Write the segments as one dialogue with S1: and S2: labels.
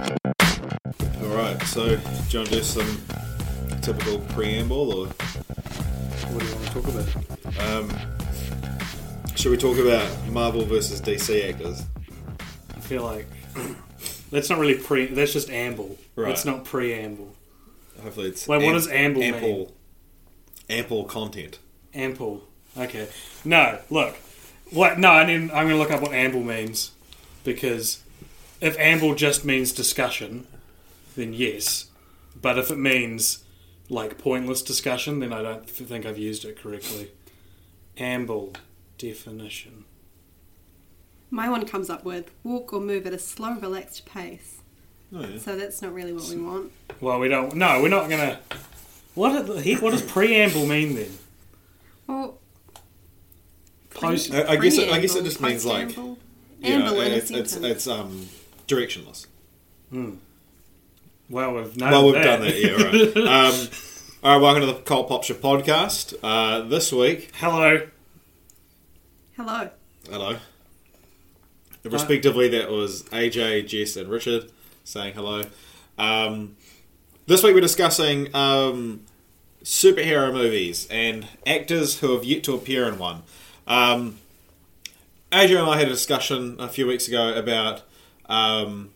S1: All right, so do you want to do some typical preamble, or
S2: What do you want to talk about?
S1: should we talk about Marvel versus DC actors?
S2: I feel like that's not really pre. That's just amble.
S1: Right.
S2: That's not preamble.
S1: Hopefully, it's
S2: Wait, what does amble mean?
S1: ample, ample content.
S2: Ample. Okay. No, look. What? No, I need, I'm going to look up what amble means because if amble just means discussion, then yes. But if it means like pointless discussion, then I don't f- think I've used it correctly. Amble definition.
S3: My one comes up with walk or move at a slow, relaxed pace. So that's not really what we want.
S2: Well, we don't. No, we're not going to. What? are the- What does preamble mean then?
S3: Well,
S2: Post.
S1: I, I guess it, I guess it just
S3: preamble,
S1: means like
S3: post-amble.
S1: you know,
S3: Amble in a
S1: it's, it's
S3: sentence.
S1: it's um directionless.
S2: Well, we've known
S1: Well, we've
S2: that.
S1: done that. Yeah, right. um, all right, welcome to the Cole Popshire podcast. Uh, this week,
S2: Hello.
S3: Hello.
S1: hello. Respectively, that was AJ, Jess, and Richard saying hello. Um, this week, we're discussing um, superhero movies and actors who have yet to appear in one. Um, AJ and I had a discussion a few weeks ago about. Um,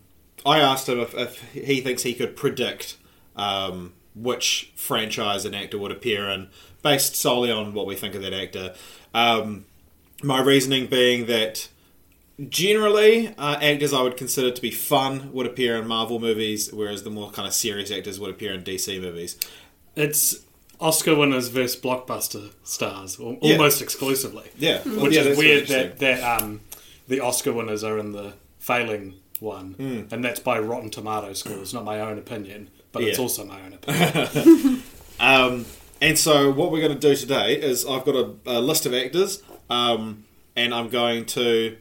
S1: I asked him if, if he thinks he could predict um, which franchise an actor would appear in, based solely on what we think of that actor. Um, my reasoning being that generally uh, actors I would consider to be fun would appear in Marvel movies, whereas the more kind of serious actors would appear in DC movies.
S2: It's Oscar winners versus blockbuster stars, al-
S1: Yeah.
S2: almost exclusively.
S1: Yeah, well,
S2: which
S1: Hmm. yeah,
S2: is
S1: that's
S2: weird
S1: interesting.
S2: that that um, the Oscar winners are in the failing one,
S1: Hmm.
S2: and that's by Rotten Tomato scores, not my own opinion, but it's
S1: Yeah.
S2: also my own opinion.
S1: And so, what we're going to do today is I've got a, a list of actors, um, and I'm going to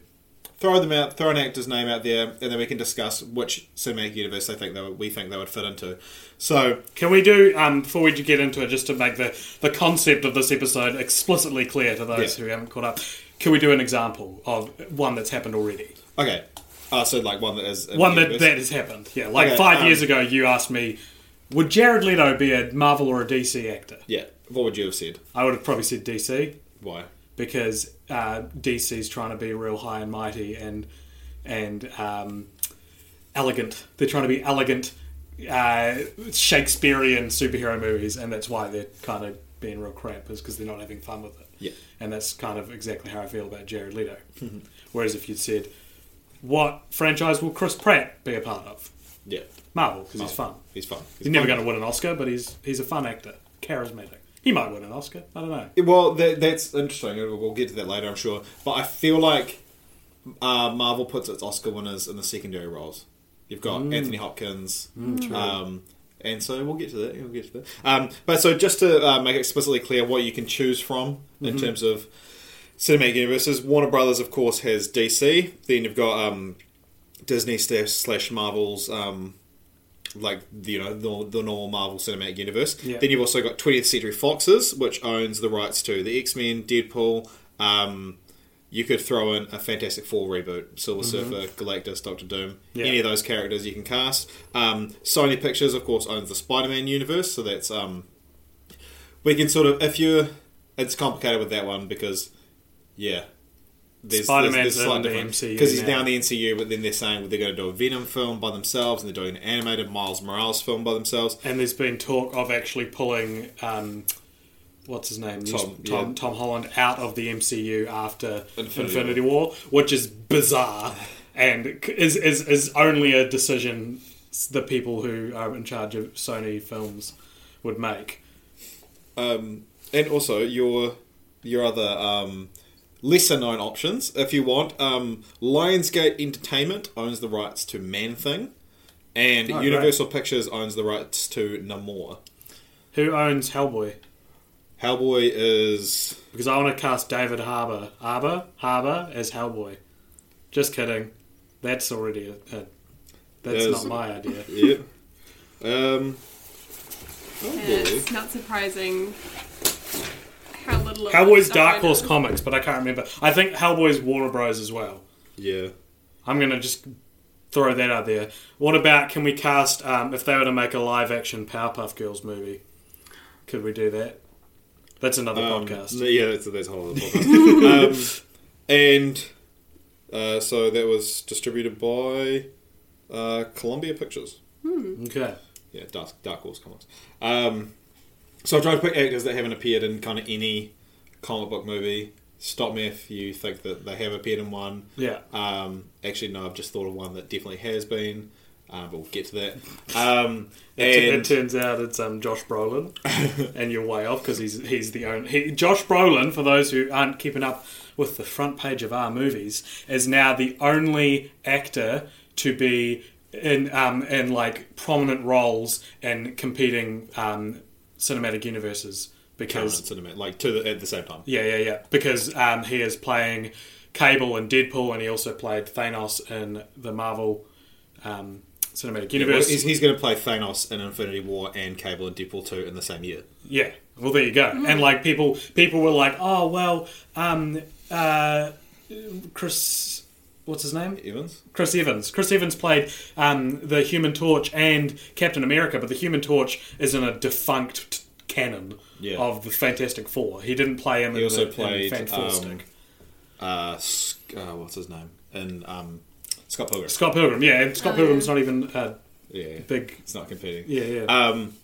S1: throw them out, throw an actor's name out there, and then we can discuss which cinematic universe they think they would, we think they would fit into. So,
S2: Can we do um, before we get into it, just to make the the concept of this episode explicitly clear to those
S1: Yeah.
S2: who haven't caught up? Can we do an example of one that's happened already?
S1: okay, uh, so like one that is in
S2: One
S1: the
S2: that,
S1: universe.
S2: that has happened. Yeah, like
S1: Okay,
S2: five
S1: um,
S2: years ago, you asked me, would Jared Leto be a Marvel or a DC actor?
S1: yeah. What would you have said?
S2: I would have probably said DC
S1: Why?
S2: because uh, DC's trying to be real high and mighty and and um, elegant. They're trying to be elegant uh, Shakespearean superhero movies, and that's why they're kind of being real crap is because they're not having fun with it.
S1: Yeah. Mm-hmm.
S2: and that's kind of exactly how I feel about Jared Leto. Whereas if you'd said, "What franchise will Chris Pratt be a part of?"
S1: Yeah,
S2: Marvel, because he's fun.
S1: he's fun.
S2: He's never going to win an Oscar, but he's he's a fun actor, charismatic. He might win an Oscar. I don't know.
S1: Well, that, that's interesting. and We'll get to that later, I'm sure. But I feel like uh, Marvel puts its Oscar winners in the secondary roles. You've got Anthony Hopkins, um, and so we'll get to that. We'll get to that. Um, but so just to uh, make explicitly clear what you can choose from in terms of cinematic universes, Warner Brothers, of course, has DC. Then you've got um, Disney slash slash Marvel's. Um, like you know the, the normal Marvel Cinematic Universe.
S2: Yeah.
S1: Then you've also got 20th Century Foxes, which owns the rights to the X Men, Deadpool. Um, you could throw in a Fantastic Four reboot, Silver Surfer, Galactus, Doctor Doom,
S2: Mm-hmm. Yeah.
S1: any of those characters you can cast. Um, Sony Pictures, of course, owns the Spider Man universe, so that's um, we can sort of if you it's complicated with that one because yeah. There's,
S2: Spider-Man's in the MCU
S1: because he's
S2: now.
S1: now in the NCU, but then they're saying they're going to do a Venom film by themselves, and they're doing an animated Miles Morales film by themselves.
S2: And there's been talk of actually pulling, um, what's his name,
S1: Tom,
S2: Tom, Tom,
S1: yeah.
S2: Holland out of the MCU after
S1: Infinity
S2: Infinity, War. which is bizarre and c- is, is is only a decision s- the people who are in charge of Sony films would make.
S1: And also your your other um, lesser known options if you want. Um, Lionsgate Entertainment owns the rights to Man Thing, and
S2: Oh,
S1: Universal Pictures owns the rights to Namor.
S2: Who owns Hellboy?
S1: Hellboy is
S2: Because I want to cast David Harbour, Harbour, Harbour as Hellboy. Just kidding. That's already a, a that's
S1: Yes.
S2: not my idea.
S1: yeah. Um, Hellboy.
S3: It's not surprising how little. of
S2: Hellboy's
S3: stuff I
S2: Dark
S3: know.
S2: Horse Comics, but I can't remember. I think Hellboy's Warner Bros. as well.
S1: Yeah.
S2: I'm gonna just throw that out there. What about can we cast um, if they were to make a live action Powerpuff Girls movie? Could we do that? That's another
S1: Um,
S2: podcast.
S1: no, yeah, that's, that's a whole other podcast. um, and uh, so that was distributed by uh, Columbia Pictures.
S2: okay.
S1: Yeah, Dark, Dark Horse Comics. Um, so I tried to pick actors that haven't appeared in kind of any comic book movie. Stop me if you think that they have appeared in one.
S2: Yeah.
S1: Um, actually, no, I've just thought of one that definitely has been. Uh, but we'll get to that. Um,
S2: It, it
S1: and
S2: turns out it's um, Josh Brolin, and you're way off because he's he's the only he, Josh Brolin. For those who aren't keeping up with the front page of our movies, is now the only actor to be in um, in like prominent roles in competing um, cinematic universes because
S1: Cameron Cinema, like two at the same time.
S2: yeah, yeah, yeah. Because um, he is playing Cable in Deadpool, and he also played Thanos in the Marvel um, Cinematic Universe.
S1: He's, he's going to play Thanos in Infinity War and Cable and Deadpool 2 in the same year.
S2: Yeah. Well, there you go. And like people, people were like, "Oh well, um, uh, Chris, what's his name?
S1: Evans?
S2: Chris Evans. Chris Evans played um, the Human Torch and Captain America, but the Human Torch is in a defunct t- canon
S1: Yeah.
S2: of the Fantastic Four. He didn't play him.
S1: He
S2: in
S1: also
S2: the,
S1: played,
S2: in Fan Four
S1: um,
S2: Stick.
S1: Uh, Sc- uh, what's his name? And um, Scott Pilgrim.
S2: Scott Pilgrim. Yeah, and Scott
S3: Oh,
S2: Pilgrim's not even a
S1: Yeah,
S2: big.
S1: it's not competing.
S2: Yeah, yeah.
S1: Um,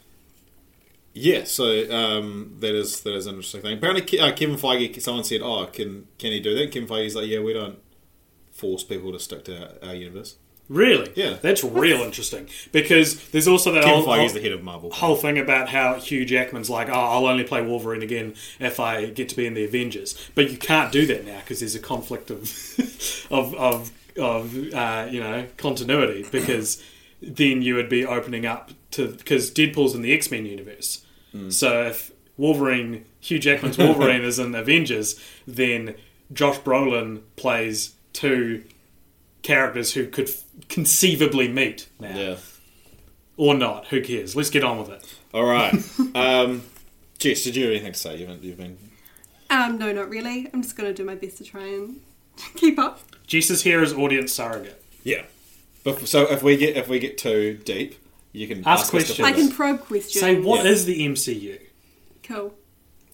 S1: yeah, so um, that is that is an interesting thing. Apparently, Ke- uh, Kevin Feige, someone said, "Oh, can can he do that?" Kevin Feige's like, "Yeah, we don't force people to stick to our, our universe."
S2: really?
S1: Yeah.
S2: That's real interesting because there's also that
S1: Kevin
S2: old,
S1: Feige's the head of Marvel.
S2: whole thing about how Hugh Jackman's like, oh, I'll only play Wolverine again if I get to be in the Avengers. But you can't do that now because there's a conflict of, of, of, of uh, you know, continuity because then you would be opening up to because Deadpool's in the X Men universe. So if Wolverine, Hugh Jackman's Wolverine is in Avengers, then Josh Brolin plays two characters who could f- conceivably meet now
S1: Yeah.
S2: or not. Who cares? Let's get on with it.
S1: All right. um, Jess, did you have anything to say? You've been, you've been
S3: Um, no, not really. I'm just gonna do my best to try and keep up.
S2: Jess is here as audience surrogate.
S1: yeah. But so if we get if we get too deep, you can
S2: Ask
S1: us to
S2: questions.
S1: pause.
S3: I can probe questions.
S2: Say what
S1: Yeah.
S2: is the MCU?
S3: Cool.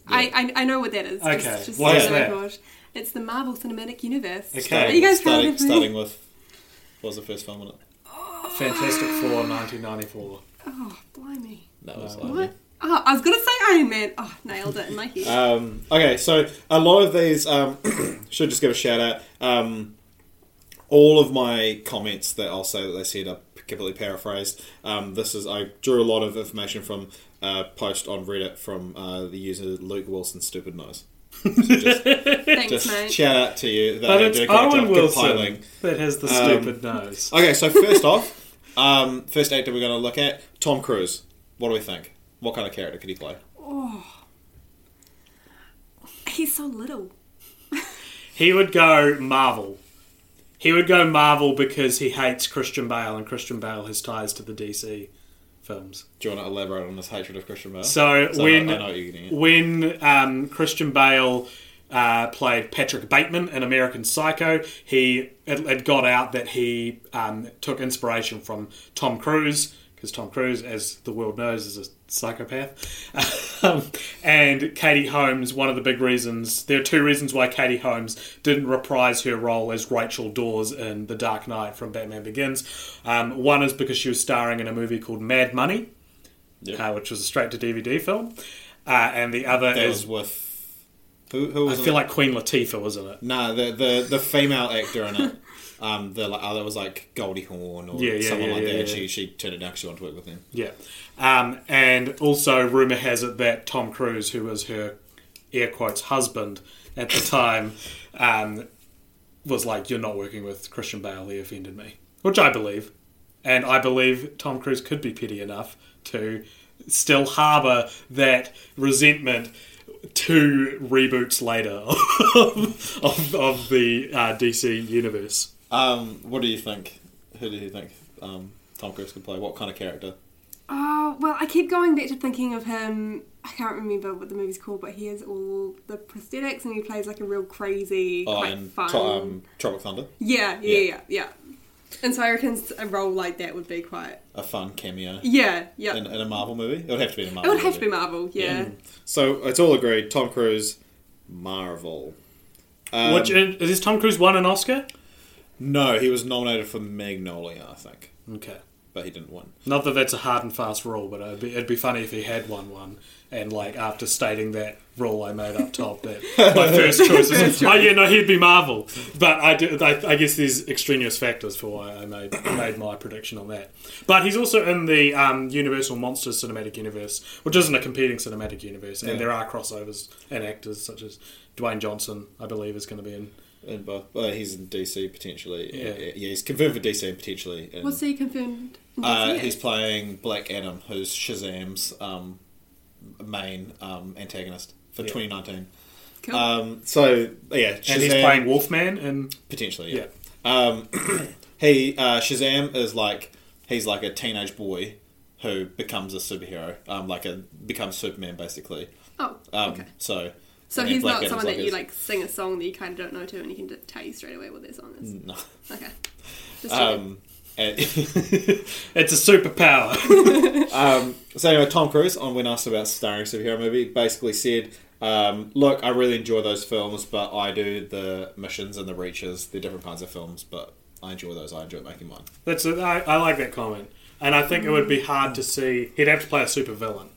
S3: I, I I know what that is.
S2: Okay,
S3: Just, just
S2: what
S1: is
S3: so
S2: that?
S3: everyone- It's the Marvel Cinematic Universe.
S2: Okay.
S1: Starting,
S3: Are you guys proud
S1: starting,
S3: of me?
S1: starting with what was the first film in it?
S2: Fantastic Four, 1994.
S3: Oh, blimey.
S1: That was
S3: What? Oh, I was gonna say Iron Man. Oh, nailed it in my head.
S1: Um, okay, so a lot of these um, should just give a shout out. Um, all of my comments that I'll say that they said are completely paraphrased. Um, this is I drew a lot of information from a post on Reddit from uh, the user Luke Wilson Stupid Nose.
S3: Thanks,
S1: Just
S3: mate.
S1: shout out to you. They
S2: But it's
S1: did a great
S2: Owen
S1: job
S2: Wilson
S1: compiling.
S2: that has the stupid nose.
S1: Okay, so first off, um, first actor we're going to look at Tom Cruise. What do we think? What kind of character could he play?
S3: He's so little.
S2: He would go Marvel. He would go Marvel because he hates Christian Bale, and Christian Bale has ties to the DC films.
S1: Do you want to elaborate on this hatred of Christian Bale?
S2: So, when
S1: I know what you're getting at.
S2: when um, Christian Bale uh, played Patrick Bateman in American Psycho, he it, it got out that he um, took inspiration from Tom Cruise because Tom Cruise, as the world knows, is a psychopath. um, and Katie Holmes, one of the big reasons there are two reasons why Katie Holmes didn't reprise her role as Rachel Dawes in The Dark Knight from Batman Begins. Um, one is because she was starring in a movie called Mad Money. Uh, which was a straight to DVD film, uh, and the other
S1: That was
S2: is
S1: with who? Who
S2: I
S1: was? in
S2: feel
S1: it?
S2: like Queen Latifah was in it.
S1: nah, the the the female actor in it. Um, the like, oh, that was like Goldie Hawn or
S2: Yeah, yeah,
S1: someone
S2: yeah,
S1: like
S2: yeah,
S1: that.
S2: yeah.
S1: She she turned it down. 'cause She wanted to work with him.
S2: Yeah, um, and also rumor has it that Tom Cruise, who was her air quotes husband at the time um, was like, "You're not working with Christian Bale. He offended me," which I believe, and I believe Tom Cruise could be petty enough to still harbour that resentment two reboots later of, of, of the uh, DC universe.
S1: Um, what do you think? Who do you think um, Tom Cruise could play? What kind of character?
S3: Oh, well, I keep going back to thinking of him. I can't remember what the movie's called, but he has all the prosthetics and he plays like a real crazy,
S1: Oh,
S3: quite
S1: and
S3: fun.
S1: Tro- um, Tropic Thunder,
S3: yeah, yeah,
S1: Yeah.
S3: yeah, yeah. And so I reckon a role like that would be quite.
S1: a fun cameo
S3: Yeah, yeah.
S1: in, in a Marvel movie. It would have to be in a
S3: it
S1: Marvel.
S3: would have to
S1: movie.
S3: be Marvel, yeah.
S1: So it's all agreed. Tom Cruise, Marvel. Um,
S2: which is, is Tom Cruise won an Oscar?
S1: no, he was nominated for Magnolia, I think,
S2: Okay.
S1: but he didn't win.
S2: Not that that's a hard and fast rule, but it'd be, it'd be funny if he had won one. And like after stating that rule I made up top, that my first choice was oh yeah no he'd be Marvel, but I, do, I, I guess there's extraneous factors for why I made made my prediction on that. But he's also in the um, Universal Monsters cinematic universe, which isn't a competing cinematic universe, and there are crossovers and actors such as Dwayne Johnson, I believe, is going to be in.
S1: In both, well, he's in DC potentially.
S2: Yeah.
S1: Yeah, yeah he's confirmed for DC and potentially. In,
S3: Was he confirmed? in
S1: uh,
S3: DC?
S1: He's playing Black Adam, who's Shazam's um, main um, antagonist for 2019.
S3: cool.
S1: Um, so yeah, Shazam,
S2: And he's playing Wolfman in
S1: potentially. Yeah, Um, he uh, Shazam is like he's like a teenage boy who becomes a superhero, um, like a becomes Superman basically.
S3: oh,
S1: Um,
S3: okay.
S1: So
S3: So
S1: and then
S3: he's
S1: Black
S3: not
S1: Adam's
S3: someone that you
S1: his-
S3: like sing a song that you kind of don't know to, and you can d- tell you straight away what their song is.
S1: No.
S3: Okay. Just checking.
S1: Um, and-
S2: It's a superpower.
S1: So anyway, Tom Cruise on when asked about starring superhero movie, basically said, um, "Look, I really enjoy those films, but I do the missions and the reaches. They're different kinds of films, but I enjoy those. I enjoy making mine."
S2: That's a, I, I like that comment, and I think it would be hard to see. He'd have to play a supervillain.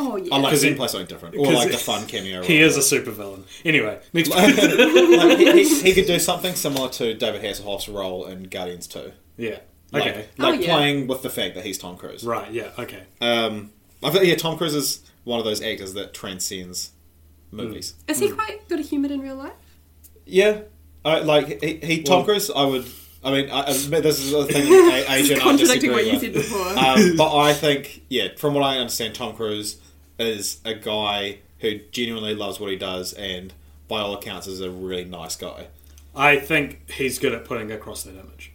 S3: oh yeah.
S1: I like to
S2: 'Cause
S1: see
S2: he-
S1: him play something different, or like the fun cameo.
S2: He
S1: role.
S2: is a supervillain. Anyway, next
S1: like, he, he, he could do something similar to David Hasselhoff's role in Guardians Two.
S2: yeah.
S1: Like,
S2: Okay.
S1: like
S3: Oh, yeah.
S1: playing with the fact that he's Tom Cruise.
S2: Right. Yeah. Okay.
S1: I think yeah, Tom Cruise is one of those actors that transcends
S2: Hmm.
S1: movies.
S3: Is he quite good humoured in real life?
S1: Yeah, I, like he, he Tom
S2: Well-
S1: Cruise. I would. I mean, I, I admit this is the thing. that A- Asian, I
S3: Contradicting
S1: disagree
S3: what you
S1: with.
S3: said before.
S1: Um, but I think, yeah, from what I understand, Tom Cruise is a guy who genuinely loves what he does, and by all accounts, is a really nice guy.
S2: I think he's good at putting across that image,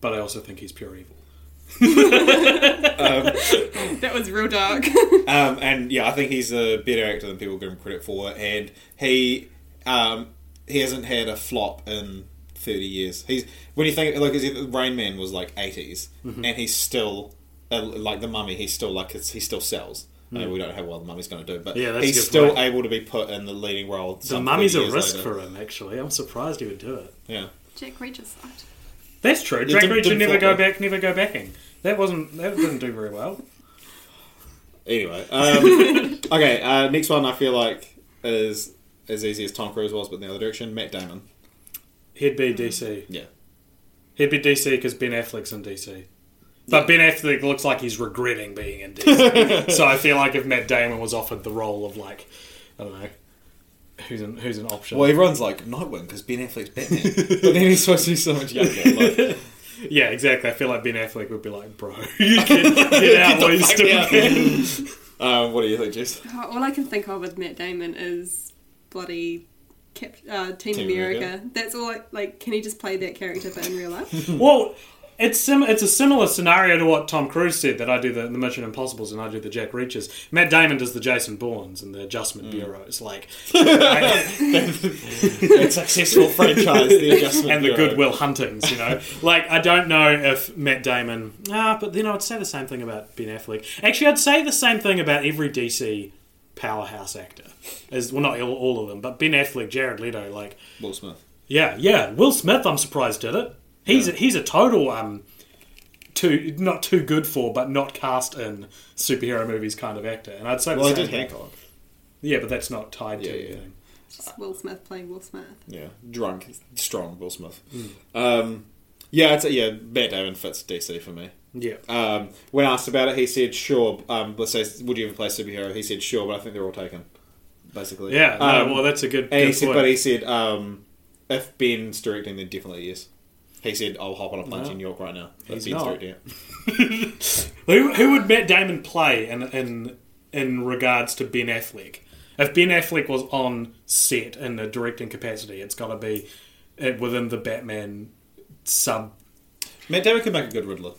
S2: but I also think he's pure evil.
S3: that was real dark.
S1: Um, and yeah, I think he's a better actor than people give him credit for. And he um, he hasn't had a flop in thirty years. He's when you think like is it- Rain Man was like 80s
S2: Mm-hmm.
S1: and he's still uh, like the Mummy. He's still like it's, he still sells. I mean, we don't know how well the Mummy's going to do, but
S2: Yeah, that's a
S1: he's
S2: good
S1: still
S2: point.
S1: able to be put in the leading role.
S2: The mummy's a risk for him. Actually, I'm surprised he would do it.
S1: yeah.
S3: Jack Reacher's side.
S2: That's true.
S1: Yeah,
S2: Drake
S1: Tim-
S2: Reacher
S1: Tim
S2: never go
S1: Thorpe.
S2: back, never go backing. That wasn't that didn't do very well.
S1: Anyway, um, okay. Uh, next one I feel like is as easy as Tom Cruise was, but in the other direction, Matt Damon.
S2: He'd be DC.
S1: Yeah.
S2: He'd be DC because Ben Affleck's in DC. But Ben Affleck looks like he's regretting being in DC. so I feel like if Matt Damon was offered the role of like, I don't know, who's an who's an option?
S1: Well, everyone's like Nightwing because Ben Affleck's Batman, but then he's supposed to be so much younger. Like,
S2: yeah, exactly. I feel like Ben Affleck would be like, bro, you get, get out while you still can.
S1: um, what do you think, Jess?
S3: Oh, all I can think of with Matt Damon is bloody Cap- uh, Team,
S1: Team
S3: America.
S1: America.
S3: That's all. I, like, can he just play that character but in real life?
S2: Well, it's sim- it's a similar scenario to what Tom Cruise said that I do the, the Mission Impossible's and I do the Jack Reachers. Matt Damon does the Jason Bournes and the
S1: Mm.
S2: Adjustment Bureau. It's like,
S1: Successful franchise, the adjustment,
S2: and the
S1: Bureau.
S2: Goodwill Huntings, you know. like, I don't know if Matt Damon. Ah, but then I would say the same thing about Ben Affleck. Actually, I'd say the same thing about every DC powerhouse actor. As well, not all, all of them, but Ben Affleck, Jared Leto, like,
S1: Will Smith.
S2: yeah, yeah. Will Smith, I'm surprised did it. He's a, he's a total um, too not too good for, but not cast in superhero movies kind of actor. And I'd say
S1: Well,
S2: the
S1: I
S2: same
S1: did
S2: thing.
S1: Hancock.
S2: Yeah, but that's not tied
S1: Yeah,
S2: to
S1: yeah.
S2: anything.
S3: Just Will Smith playing Will Smith.
S1: Yeah, drunk, strong Will Smith.
S2: Hmm.
S1: Um, yeah, it's, yeah. Matt Damon fits DC for me.
S2: Yeah.
S1: Um, when asked about it, he said, "Sure." Um, let's say, would you ever play superhero? He said, "Sure," but I think they're all taken. basically.
S2: Yeah,
S1: Um,
S2: no, well, that's a good,
S1: and he
S2: good
S1: said,
S2: point.
S1: but he said, um, if Ben's directing, then definitely yes. He said, I'll hop on a plane
S2: No.
S1: to New York right now. If
S2: He's
S1: Ben's
S2: not.
S1: directing it.
S2: Who, who would Matt Damon play in, in in regards to Ben Affleck? If Ben Affleck was on set in a directing capacity, it's got to be uh, within the Batman sub.
S1: Matt Damon could make a good Riddler.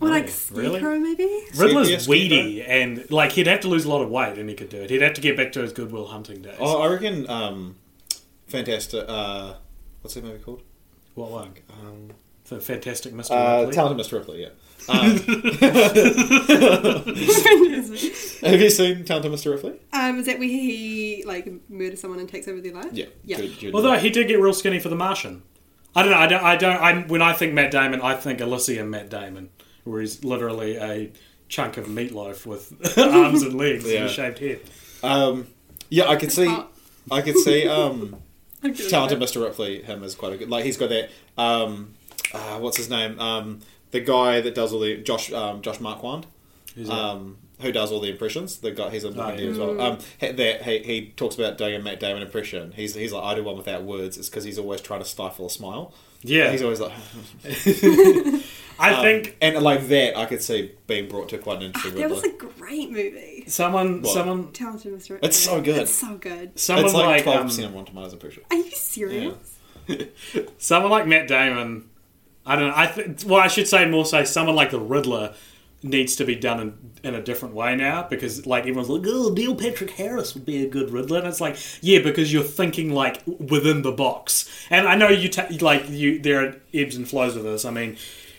S3: Or like
S2: Oh, really?
S3: Scarecrow, maybe?
S2: Riddler's
S1: Skeeter?
S2: weedy, and like he'd have to lose a lot of weight, and he could do it. He'd have to get back to his Goodwill Hunting days.
S1: Oh, I reckon. Um, fantastic. Uh, what's that movie called?
S2: what one?
S1: Um,
S2: The Fantastic Mr.
S1: uh,
S2: Ripley?
S1: Talented Miss Ripley. Yeah. Um, have you seen Talented Mr. Ripley?
S3: um, is that where he like murders someone and takes over their life?
S1: Yeah.
S3: Yeah.
S1: Good- good
S2: Although he did get real skinny for The Martian. I don't know. I don't. I don't. I'm, when I think Matt Damon, I think Elysium Matt Damon, where he's literally a chunk of meatloaf with arms and legs and
S1: Yeah.
S2: a shaved head.
S1: Um, yeah, I could see.
S3: hot.
S1: I could see. Um,
S3: I'm good with
S1: talented
S3: that.
S1: Mr. Ripley. Him is quite a good. Like he's got that. Um, uh, what's his name? Um, the guy that does all the Josh. Um, Josh Marquand.
S2: Who's that? Oh,
S1: Um, who does all the impressions? The guy he's a
S2: yeah.
S1: as well. Um, he- that he, he talks about doing a Matt Damon impression. He's he's like I do one without words. It's because he's always trying to stifle a smile.
S2: yeah,
S1: He's always um, like,
S2: I think
S1: and like that, I could see being brought to quite an interesting.
S3: That was
S1: Riddler.
S3: a great movie.
S2: someone,
S1: What?
S2: someone,
S3: Talented Mr. Ripley.
S1: It's so good.
S3: It's so good.
S2: someone
S1: it's like
S2: like,
S1: twelve
S2: um,
S1: percent on Rotten Tomatoes. I'm pretty sure.
S3: Are you serious?
S2: someone like Matt Damon. I don't know. I th- well, I should say more so. Someone like the Riddler needs to be done in, in a different way now because like everyone's like, oh, Neil Patrick Harris would be a good Riddler, and it's like, yeah, because you're thinking like within the box. And I know you ta- like you. There are ebbs and flows with this. I mean.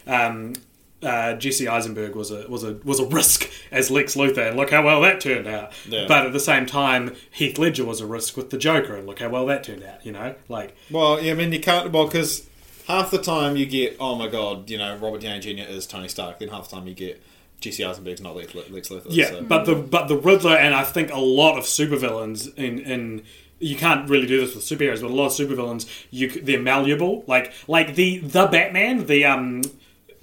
S2: Um, uh, Jesse Eisenberg was a was a was a risk as Lex Luthor, and look how well that turned out.
S1: Yeah.
S2: But at the same time, Heath Ledger was a risk with the Joker, and look how well that turned out. You know, like
S1: Well, yeah, I mean, you can't. Well, because half the time you get, oh my god, you know, Robert Downey Jr. is Tony Stark. Then half the time you get Jesse Eisenberg's not Lex, Lex Luthor.
S2: Yeah,
S1: so-
S2: but the but the Riddler and I think a lot of supervillains in in you can't really do this with superheroes, but a lot of supervillains you c- they're malleable. Like like the the Batman, the um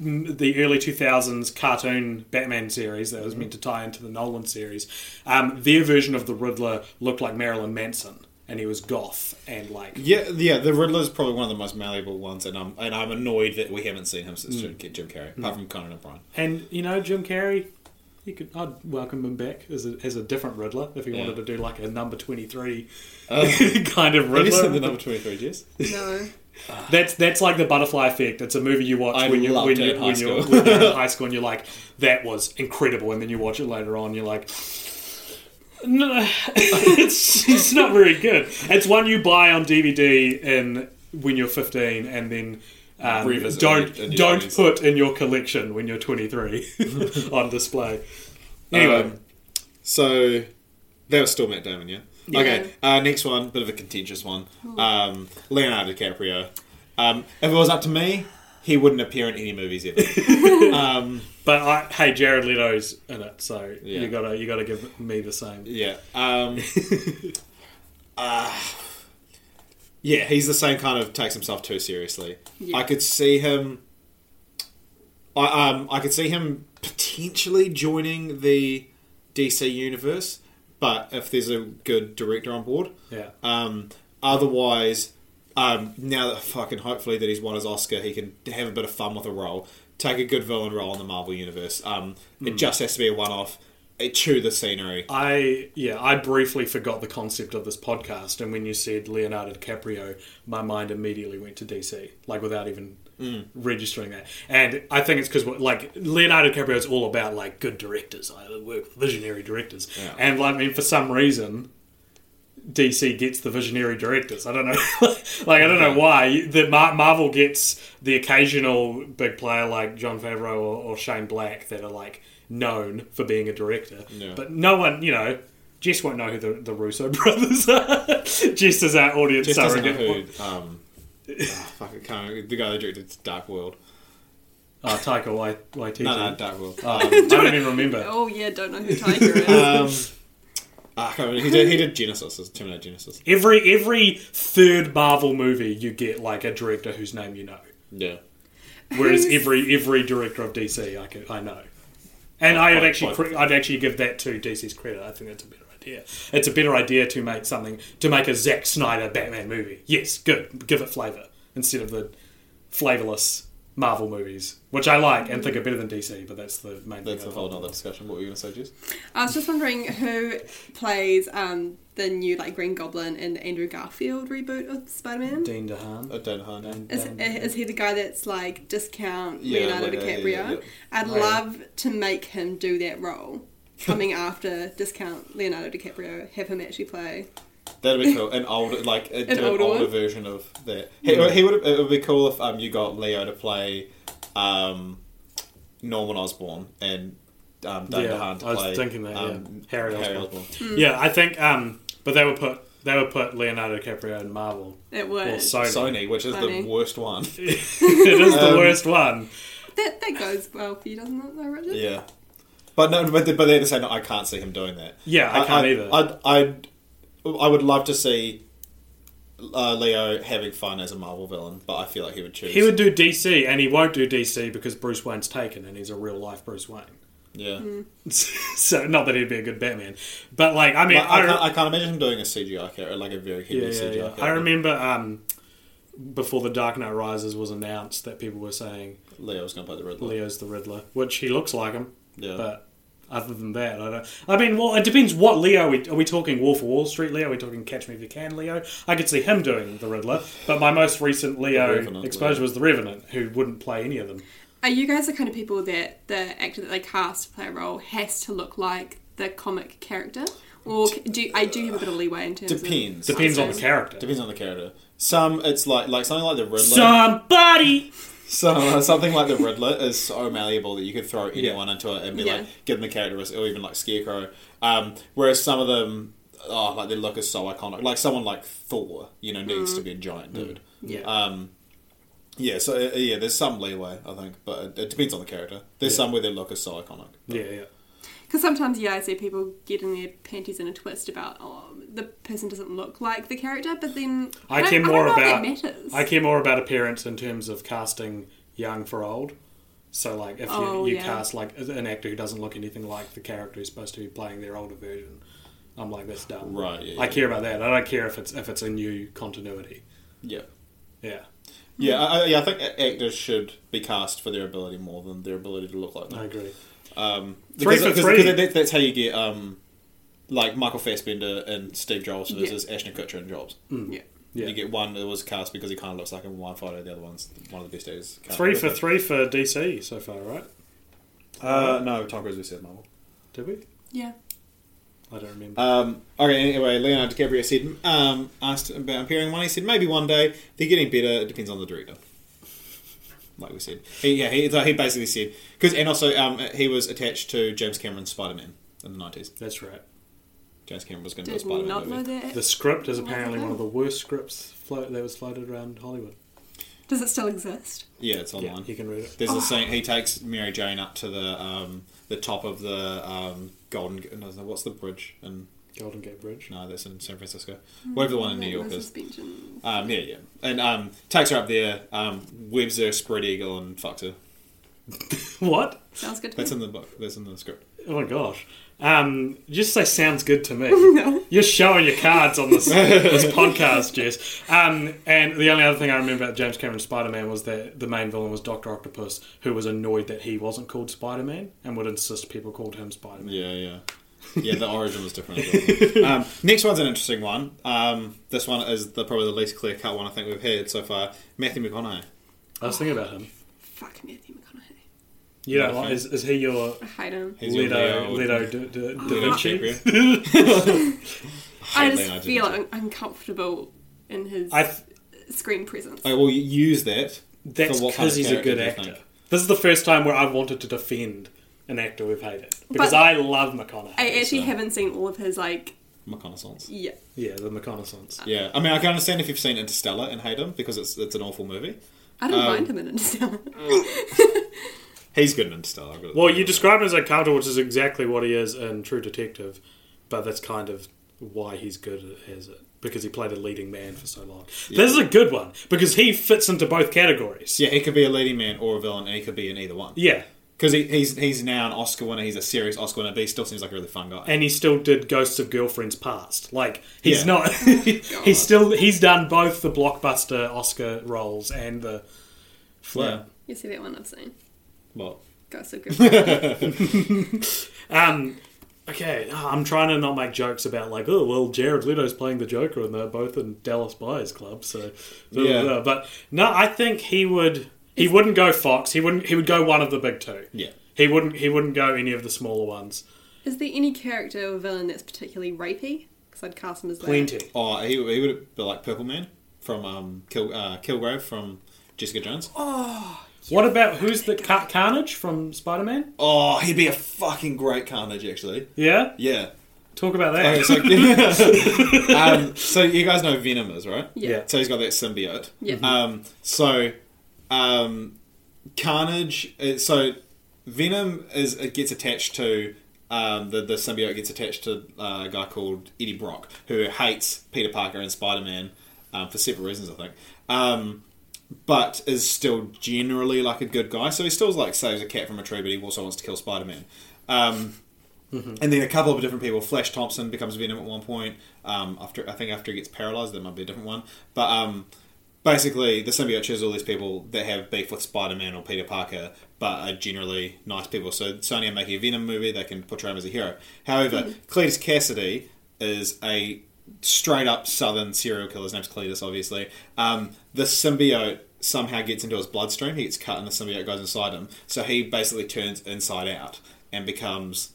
S2: m- the early 2000s cartoon Batman series that was meant to tie into the Nolan series. Um, their version of the Riddler looked like Marilyn Manson and he was goth and like
S1: yeah, yeah, the Riddler's probably one of the most malleable ones, and I'm and I'm annoyed that we haven't seen him since
S2: Hmm.
S1: Jim- Jim Carrey, apart from Conan O'Brien.
S2: and you know Jim Carrey you could, I'd welcome him back as a, as a different Riddler if he
S1: Yeah.
S2: wanted to do like a number 23
S1: Um,
S2: kind of
S1: Have you
S2: Riddler.
S1: seen the number twenty three, Jess?
S3: No.
S2: That's that's like the butterfly effect. It's a movie you watch
S1: I
S2: when you
S1: loved
S2: when
S1: it
S2: you
S1: in high
S2: when you're,
S1: school.
S2: when you're in high school and you're like, that was incredible, and then you watch it later on, you're like. No, it's it's not very good. It's one you buy on DVD in when you're 15, and then um,
S1: Revisit
S2: don't
S1: when you-
S2: don't
S1: when you-
S2: put in your collection when you're 23 on display. Anyway,
S1: Um, so that was still Matt Damon, yeah. Okay, uh, next one, bit of a contentious one. Um, Leonardo DiCaprio. Um, if it was up to me, he wouldn't appear in any movies ever.
S2: but I, hey, Jared Leto's in it, so
S1: Yeah.
S2: you gotta you gotta give me the same.
S1: Yeah. Um, uh, yeah, he's the same kind of takes himself too seriously.
S3: Yeah.
S1: I could see him. I um I could see him potentially joining the DC universe, but if there's a good director on board,
S2: Yeah.
S1: um, otherwise, um, now that fucking hopefully that he's won his Oscar, he can have a bit of fun with a role. Take a good villain role in the Marvel universe. Um, It just has to be a one-off. Uh, Chew the scenery.
S2: Uh, I yeah, I briefly forgot the concept of this podcast, and when you said Leonardo DiCaprio, my mind immediately went to DC, like without even registering that. And I think it's because like Leonardo DiCaprio is all about like good directors, I work with visionary directors,
S1: Yeah.
S2: and like I mean, for some reason. DC gets the visionary directors. I don't know, like I don't know why. The Mar- Marvel gets the occasional big player like John Favreau or, or Shane Black that are like known for being a director,
S1: Yeah.
S2: but no one, you know, Jess won't know who the, the Russo brothers are. Jess is our audience
S1: Just doesn't
S2: surrogate.
S1: include um, ah, fuck, I can't, the guy that directed Dark World.
S2: Oh, Taika Wai- Waititi.
S1: No, no, Dark World.
S2: Oh, I don't even remember.
S3: Oh yeah, don't know who Tiger is.
S1: Um, ah, I can't remember. He did, he did Genesis, it's Terminator Genesis.
S2: Every every third Marvel movie, you get like a director whose name you know.
S1: Yeah.
S2: Whereas
S3: Who's-
S2: every every director of DC, I, can, I know, and I'd
S1: Quite-
S2: actually
S1: quite-
S2: cre- I'd actually give that to DC's credit. I think that's a better idea. idea. It's a better idea to make something to make a Zack Snyder Batman movie. Yes, good. Give it flavour instead of the flavourless Marvel movies, which I like and think are better than DC. But that's the main
S1: That's a
S2: thing.
S1: whole other discussion. What were you going to say, Jess?
S3: I was just wondering who plays um, the new like Green Goblin in the Andrew Garfield reboot of Spider Man.
S2: Dean DeHaan.
S1: I don't know.
S3: Is, eh, is he the guy that's like discount
S1: Yeah,
S3: Leonardo
S1: like, uh, yeah,
S3: DiCaprio?
S1: yeah.
S3: I'd
S2: Right.
S3: love to make him do that role. Coming after discount Leonardo DiCaprio, have him actually play.
S1: That'd be cool. An older, like a, an older,
S3: older one?
S1: version of that. He, he would. It would be cool if um you got Leo to play, um, Norman Osborn and um Dan
S2: Yeah,
S1: DeHaan to
S2: I was
S1: play.
S2: thinking that, yeah.
S1: um,
S2: Harry Osborn. Yeah, I think. Um, but they would put they would put Leonardo DiCaprio in Marvel.
S3: It would.
S2: Or Sony.
S1: Sony, Um, which is
S3: Funny.
S1: the worst one.
S2: it is the worst one.
S3: That, that goes well for you, doesn't it, though, Richard?
S1: yeah, but no, but they, but they had to say no. I can't see him doing that.
S2: Yeah, I can't either.
S1: I'd, I'd, I would love to see uh, Leo having fun as a Marvel villain, but I feel like he would choose.
S2: He would do DC, and he won't do DC because Bruce Wayne's taken, and he's a real life Bruce Wayne.
S1: Yeah,
S2: so not that he'd be a good Batman, but like I mean,
S1: Like, I,
S2: I,
S1: can't, I can't imagine him doing a CGI character, like a very heavy
S2: yeah, yeah,
S1: CGI
S2: yeah.
S1: character.
S2: I remember um, before the Dark Knight Rises was announced that people were saying
S1: Leo was going to play the Riddler.
S2: Leo's the Riddler, which he looks like him.
S1: Yeah.
S2: But other than that, I don't. I mean, well, it depends what Leo. We, are we talking Wolf of Wall Street Leo? Are we talking Catch Me If You Can Leo? I could see him doing the Riddler, but my most recent
S1: The
S2: Leo
S1: Revenant,
S2: exposure
S1: Leo.
S2: was the Revenant, who wouldn't play any of them.
S3: Are you guys the kind of people that the actor that they cast to play a role has to look like the comic character? Or c- do you, I do have a bit of leeway in terms
S1: Depends.
S3: of...
S2: Depends on the
S3: Awesome.
S2: character.
S1: Depends on the character. Some it's like like something like the Riddler.
S2: Somebody.
S1: Some, something like the Riddler is so malleable that you could throw anyone into it and be
S3: Yeah.
S1: like give them the characteristic or even like Scarecrow. Um, whereas some of them, oh, like their look is so iconic. Like someone like Thor, you know, needs to be a giant
S2: Mm.
S1: dude.
S2: Yeah.
S1: Um, yeah. So uh, yeah, there's some leeway I think, but it, it depends on the character. There's some where their look is so iconic.
S2: yeah, yeah.
S3: Because sometimes, yeah, I see people getting their panties in a twist about, oh, the person doesn't look like the character, but then...
S2: I
S3: don't-
S2: care
S3: don't
S2: more
S3: know if
S2: about
S3: that matters.
S2: I care more about appearance in terms of casting young for old. So like if you,
S3: Oh,
S2: you
S3: yeah.
S2: cast like an actor who doesn't look anything like the character who's supposed to be playing their older version, I'm like that's dumb.
S1: Right, yeah,
S2: I
S1: yeah.
S2: care about that. I don't care if it's if it's a new continuity.
S1: Yeah.
S2: Yeah.
S1: Yeah, I, I- yeah, I think a- actors should be cast for their ability more than their ability to look like them.
S2: I agree.
S1: Um,
S2: Three
S1: because,
S2: for
S1: because-
S2: three.
S1: because that, that's how you get um, like Michael Fassbender and Steve Jobs versus Ashton Kutcher and Jobs.
S3: Yeah.
S2: Mm. Yeah.
S1: You get one that was cast because he kind of looks like him in one photo. The other one's one of the best days.
S2: Three for three for DC so far, right?
S1: Uh, no, Tom Cruise we said Marvel.
S2: Did we?
S3: Yeah.
S2: I don't remember.
S1: Um, okay, anyway, Leonardo DiCaprio said um, asked about appearing in one. He said maybe one day they're getting better. It depends on the director. Like we said, he, yeah, he, he basically said because and also um, he was attached to James Cameron's Spider Man in the nineties.
S2: that's right.
S1: James Cameron was going to do a
S3: Did
S1: Spider Man
S3: not
S1: movie.
S3: know that.
S2: The script is apparently one of the worst scripts float, that was floated around Hollywood.
S3: Does it still exist?
S1: Yeah, it's
S2: Yeah,
S1: online.
S2: you can read it.
S3: Oh.
S1: There's a scene he takes Mary Jane up to the um, the top of the um, Golden. No, no, what's the bridge? And
S2: Golden Gate Bridge.
S1: no, that's in San Francisco.
S3: Hmm,
S1: Whatever the one in New York
S3: The
S1: is.
S3: suspension.
S1: Um, yeah, yeah, and um, takes her up there, um, webs her spread eagle and fucks her.
S2: What?
S3: Sounds good to
S1: That's
S3: me.
S1: in the book. That's in the script.
S2: Oh my gosh. Um, just say sounds good to me. You're showing your cards on this, this podcast, Jess. Um, and the only other thing I remember about James Cameron's Spider Man was that the main villain was Dr. Octopus, who was annoyed that he wasn't called Spider Man and would insist people called him Spider Man.
S1: Yeah, yeah, yeah. The origin was different. as well. um, next one's an interesting one. Um, this one is the probably the least clear cut one I think we've had so far. Matthew McConaughey.
S2: I was thinking about him.
S3: Fuck Matthew McConaughey.
S2: You know,
S1: Okay.
S2: is, is he your
S3: I hate him.
S1: He's your
S2: Leto,
S1: Leo-
S2: Leto da, da, da
S1: Leo
S2: Vinci?
S1: DiCaprio.
S3: I
S1: hate
S3: just
S1: Leonardo
S3: feel
S1: DiCaprio.
S3: un- uncomfortable in his
S2: I th-
S3: screen presence.
S1: Okay, well, you use that.
S2: that's
S1: for what kind
S2: because
S1: of
S2: he's a
S1: character
S2: good
S1: do you
S2: actor.
S1: think?
S2: This is the first time where I've wanted to defend an actor we've hated. Because I love McConaughey.
S3: I actually
S1: so.
S3: haven't seen all of his, like,
S1: McConnaissance.
S3: yeah.
S2: yeah, the McConaissance.
S1: Yeah, I mean, I can understand if you've seen Interstellar and hate him because it's it's an awful movie.
S3: I don't mind him in Interstellar.
S1: He's good in Interstellar. I've got to-
S2: Well, you describe him as a counter, which is exactly what he is in True Detective, but that's kind of why he's good as it because he played a leading man for so long. This is a good one because he fits into both categories.
S1: Yeah, he could be a leading man or a villain, and he could be in either one.
S2: yeah.
S1: because he, he's he's now an Oscar winner. He's a serious Oscar winner, but he still seems like a really fun guy.
S2: and he still did Ghosts of Girlfriends Past. Like he's
S1: Yeah.
S2: not. he's still he's done both the blockbuster Oscar roles and the
S1: yeah.
S3: You see that one I've seen.
S1: Well,
S3: Ghost of Girlfriend.
S2: um. Okay, oh, I'm trying to not make jokes about like, oh well, Jared Leto's playing the Joker, and they're both in Dallas Buyers Club. So,
S1: Yeah.
S2: but no, I think he would. He wouldn't go Fox. He wouldn't. He would go one of the big two.
S1: Yeah.
S2: He wouldn't. He wouldn't go any of the smaller ones.
S3: Is there any character or villain that's particularly rapey? Because I'd cast him as that.
S2: Plenty.
S1: oh, he, he would be like Purple Man from um, Kill, uh, Kilgrave from Jessica Jones. Oh.
S2: What about who's the Car- Carnage from Spider Man?
S1: Oh, he'd be a fucking great Carnage, actually.
S2: Yeah.
S1: Yeah.
S2: Talk about that.
S1: Okay, Oh, so, um, so you guys know Venom is right.
S3: Yeah.
S2: Yeah.
S1: So he's got that symbiote.
S3: Yeah.
S1: Um, so, um, Carnage. uh, So, Venom is it gets attached to um, the the symbiote gets attached to uh, a guy called Eddie Brock, who hates Peter Parker and Spider Man um, for separate reasons, I think. Um, but is still generally like a good guy. So he still like saves a cat from a tree, but he also wants to kill Spider Man. Um, and then a couple of different people. Flash Thompson becomes Venom at one point. Um, after I think after he gets paralyzed, there might be a different one. But um, basically, the symbiote chooses all these people that have beef with Spider-Man or Peter Parker, but are generally nice people. So Sony are making a Venom movie; they can portray him as a hero. However, Cletus Cassidy is a straight up Southern serial killer. His name's Cletus, obviously. Um, the symbiote somehow gets into his bloodstream. He gets cut, and the symbiote goes inside him. So he basically turns inside out and becomes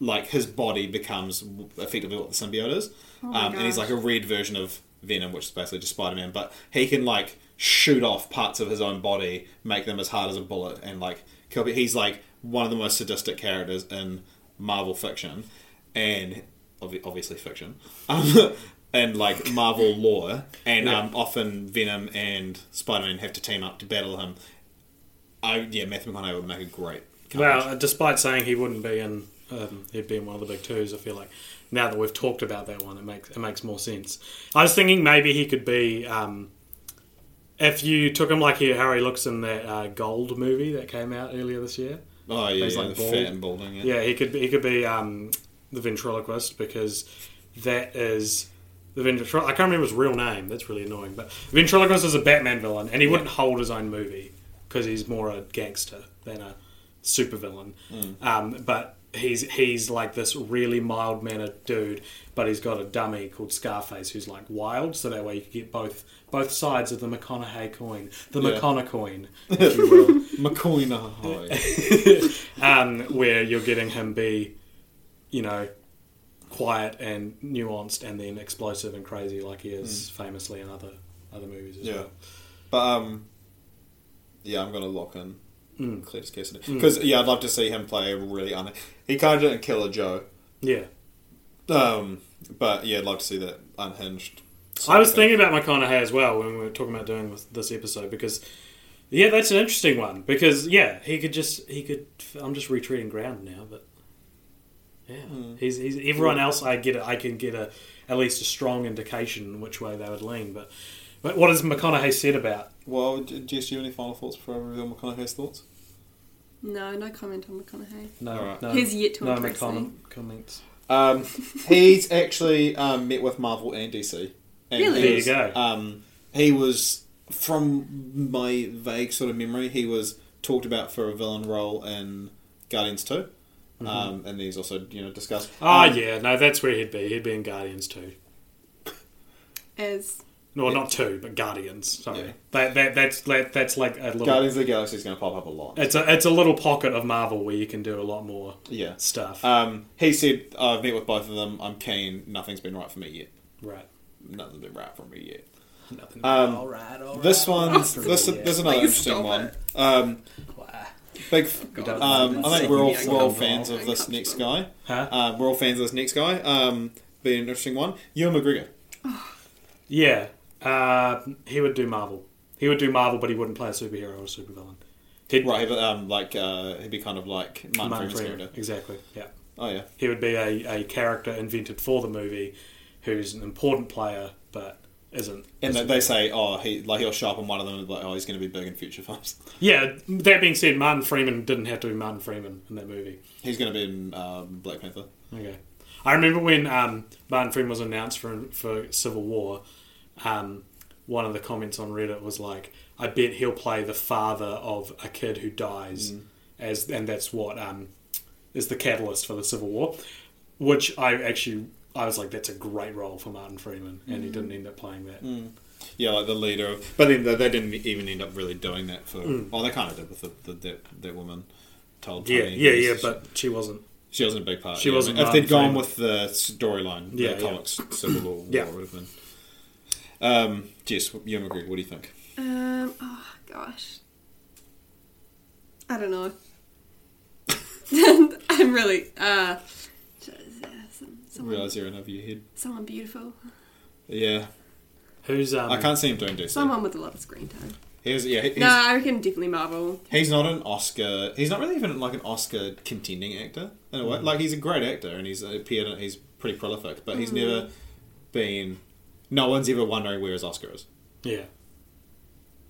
S1: like his body becomes effectively what the symbiote is, um, and he's like
S3: gosh.
S1: a red version of Venom, which is basically just Spider Man. But he can like shoot off parts of his own body, make them as hard as a bullet, and like kill. pe- He's like one of the most sadistic characters in Marvel fiction, and obvi- obviously fiction, um, and like Marvel lore. And um, often Venom and Spider Man have to team up to battle him. I yeah, Matthew McConaughey would make a great. Carnage.
S2: Well, despite saying he wouldn't be in, um, he'd be in one of the big twos. I feel like now that we've talked about that one, it makes it makes more sense. I was thinking maybe he could be um, if you took him like he, how he looks in that uh, Gold movie that came out earlier this year.
S1: oh yeah,
S2: he's,
S1: yeah
S2: like,
S1: the
S2: bald.
S1: fat and balding. Yeah.
S2: Yeah, he could be, he could be um, the ventriloquist because that is the ventrilo- I can't remember his real name. That's really annoying. But ventriloquist is a Batman villain, and he wouldn't hold his own movie because he's more a gangster than a supervillain.
S1: Mm.
S2: Um, but he's he's like this really mild mannered dude, but he's got a dummy called Scarface who's like wild. So that way you could get both both sides of the McConaughey coin, the
S1: Yeah.
S2: McConaughey coin, if you will
S1: McConaughey.
S2: um, where you're getting him be, you know, quiet and nuanced, and then explosive and crazy like he is famously in other other movies as
S1: Yeah.
S2: well.
S1: But um, yeah, I'm gonna lock in
S2: Hmm.
S1: mm. Cletus Cassidy because yeah, I'd love to see him play a really un. He kind of didn't kill a Joe,
S2: Yeah,
S1: um, but yeah, I'd love to see that unhinged.
S2: I was
S1: psychopath.
S2: thinking about McConaughey as well when we were talking about doing this, this episode because. Yeah, that's an interesting one because yeah, he could just he could. I'm just retreating ground now, but yeah, he's, he's everyone else. I get it. I can get a at least a strong indication which way they would lean, but but what has McConaughey said about
S1: Well, J- Jess, do you have any final thoughts before I reveal McConaughey's thoughts?
S3: No, no comment on McConaughey.
S2: No,
S1: Alright.
S2: no.
S3: He's yet to
S2: no
S3: impress
S2: comment,
S3: me.
S2: comments.
S1: Um, he's actually um, met with Marvel and DC. And
S3: Really?
S1: he
S3: There you
S1: was-
S2: go.
S1: Um, he was, from my vague sort of memory, he was talked about for a villain role in Guardians 2.
S3: Mm-hmm.
S1: Um, and he's also, you know, discussed.
S2: Ah,
S1: Um,
S2: yeah, no, that's where he'd be. He'd be in Guardians too.
S3: As
S2: No, not two, but Guardians. Sorry,
S1: Yeah.
S2: that, that that's that, that's like a little.
S1: Guardians of the Galaxy is going to pop up a lot.
S2: It's a it's a little pocket of Marvel where you can do a lot more
S1: Yeah.
S2: stuff.
S1: Um, he said, I've met with both of them. I'm keen. Nothing's been right for me yet.
S2: right.
S1: Nothing's been right for me yet.
S2: Nothing.
S1: Um,
S2: all right. All right.
S1: This one's
S2: all right.
S1: this,
S2: Yeah.
S1: there's another
S3: Please
S1: interesting
S3: stop
S1: one.
S3: it.
S1: Um, big. f-
S2: don't
S1: Um,
S2: mind
S1: I
S2: this.
S1: think we're all,
S3: Yeah,
S1: we're all
S3: I'm
S1: fans of
S3: wrong.
S1: this next guy.
S2: Huh?
S1: Uh, we're all fans of this next guy. Um, be an interesting one. Ewan McGregor.
S2: yeah, uh, he would do Marvel. He would do Marvel, but he wouldn't play a superhero or a supervillain. He'd
S1: Right, he'd, um, like uh, he'd be kind of like Martin
S2: Martin
S1: Freeman's
S2: Freeman.
S1: character.
S2: Exactly. Yeah.
S1: Oh yeah,
S2: he would be a, a character invented for the movie who's an important player but isn't.
S1: And they, they say, oh, he like he'll show up in one of them and be like, oh, he's going to be big in future films.
S2: Yeah, that being said, Martin Freeman didn't have to be Martin Freeman in that movie.
S1: He's going to be in um, Black Panther.
S2: Okay. I remember when um, Martin Freeman was announced for for Civil War, um, one of the comments on Reddit was like, "I bet he'll play the father of a kid who dies," as and that's what um, is the catalyst for the Civil War, which I actually I was like, "That's a great role for Martin Freeman," and he didn't end up playing that.
S1: Yeah, like the leader. Of, but then they, they didn't even end up really doing that for. Oh, they kind of did with the, the, that, that woman told
S2: Mm. Yeah,
S1: Tony
S2: yeah, yeah,
S1: who's-
S2: but she wasn't.
S1: She wasn't a big part.
S2: She
S1: yeah.
S2: wasn't
S1: If they'd
S2: Martin
S1: gone
S2: Freeman.
S1: with the storyline,
S2: Yeah,
S1: the
S2: yeah.
S1: comics Civil War,
S2: Yeah.
S1: would have been. Um, Jess, you and McGregor, what do you think?
S3: Um, oh gosh. I don't know. I'm really uh some- someone,
S1: Realise you're in over your head.
S3: someone beautiful.
S1: Yeah,
S2: Who's um?
S1: I can't see him doing DC.
S3: Someone with a lot of screen time.
S1: He was, yeah, he- he's,
S3: No, I reckon definitely Marvel.
S1: he's not an Oscar. He's not really even like an Oscar contending actor in a
S2: Mm.
S1: way. Like he's a great actor and he's uh, appeared. in- He's pretty prolific, but
S3: Mm.
S1: he's never been. No one's ever wondering where his Oscar is.
S2: Yeah.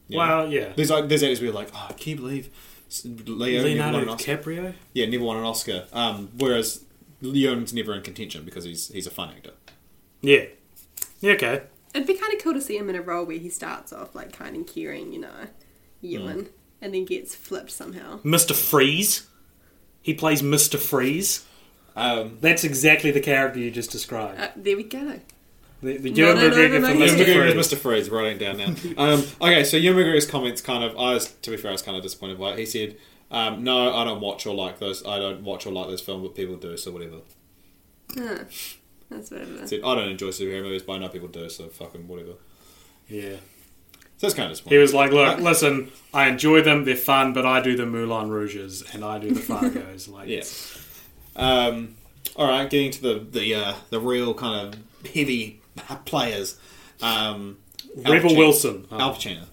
S1: Yeah.
S2: Well, yeah.
S1: There's like there's actors where you're like, oh, can you believe s- Leo never
S2: Leonardo
S1: won an Oscar?
S2: DiCaprio.
S1: yeah, never won an Oscar. Um, whereas Leon's never in contention because he's he's a fun actor.
S2: Yeah. Yeah. Okay.
S3: It'd be kind of cool to see him in a role where he starts off like kind of caring, you know, Ewan,
S1: Mm.
S3: and then gets flipped somehow.
S2: Mr. Freeze. He plays Mr. Freeze.
S1: Um,
S2: That's exactly the character you just described.
S3: Uh, there we go.
S2: The, the
S3: No,
S2: Ewan
S3: no, no,
S2: McGregor
S3: no, no,
S2: for
S3: no,
S1: Ewan
S3: Mr.
S1: McGregor
S2: Mr.
S1: is Mr. Freeze. Writing down now. um, okay, so Ewan McGregor's comments kind of. I was to be fair, I was kind of disappointed by it. He said, um, "No, I don't watch or like those. I don't watch or like those films, but people do, so whatever."
S3: Huh. That's what it
S1: He
S3: is.
S1: said, "I don't enjoy superhero movies, but I know people do, so fucking whatever."
S2: Freeze. Yeah.
S1: So that's kind of
S2: He
S1: disappointing.
S2: was like, look, listen, I enjoy them, they're fun, but I do the Moulin Rouges and I do the Fargos. Like,
S1: Yeah. Um, all right, getting to the the uh, the real kind of heavy players. Um, Al
S2: Rebel
S1: Pacino-
S2: Wilson. Oh,
S1: Al Pacino.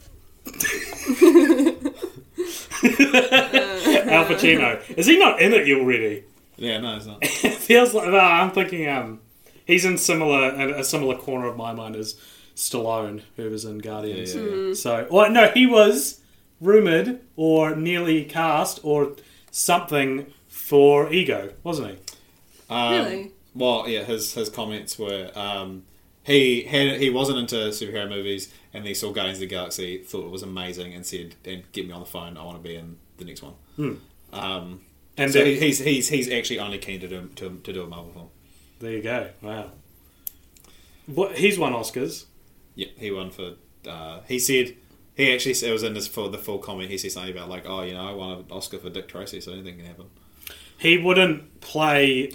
S2: Al Pacino. Is he not in it already?
S1: Yeah, no, it's not.
S2: It feels like, well, I'm thinking um, he's in similar in a similar corner of my mind as Stallone, who was in Guardians.
S1: Yeah, yeah, yeah.
S2: So, well, no, he was rumored or nearly cast or something for Ego, wasn't he?
S1: Um,
S3: really?
S1: Well, yeah, his his comments were um, he had he wasn't into superhero movies, and he saw Guardians of the Galaxy, thought it was amazing, and said, "And get me on the phone, I want to be in the next one." Um,
S2: And
S1: so
S2: that-
S1: he, he's he's he's actually only keen to do to, to do a Marvel film.
S2: There you go. Wow. What he's won Oscars.
S1: Yeah, he won for. Uh, he said he actually said- it was in his full the full comment. He said something about like, "Oh, you know, I won an Oscar for Dick Tracy, so anything can happen."
S2: He wouldn't play.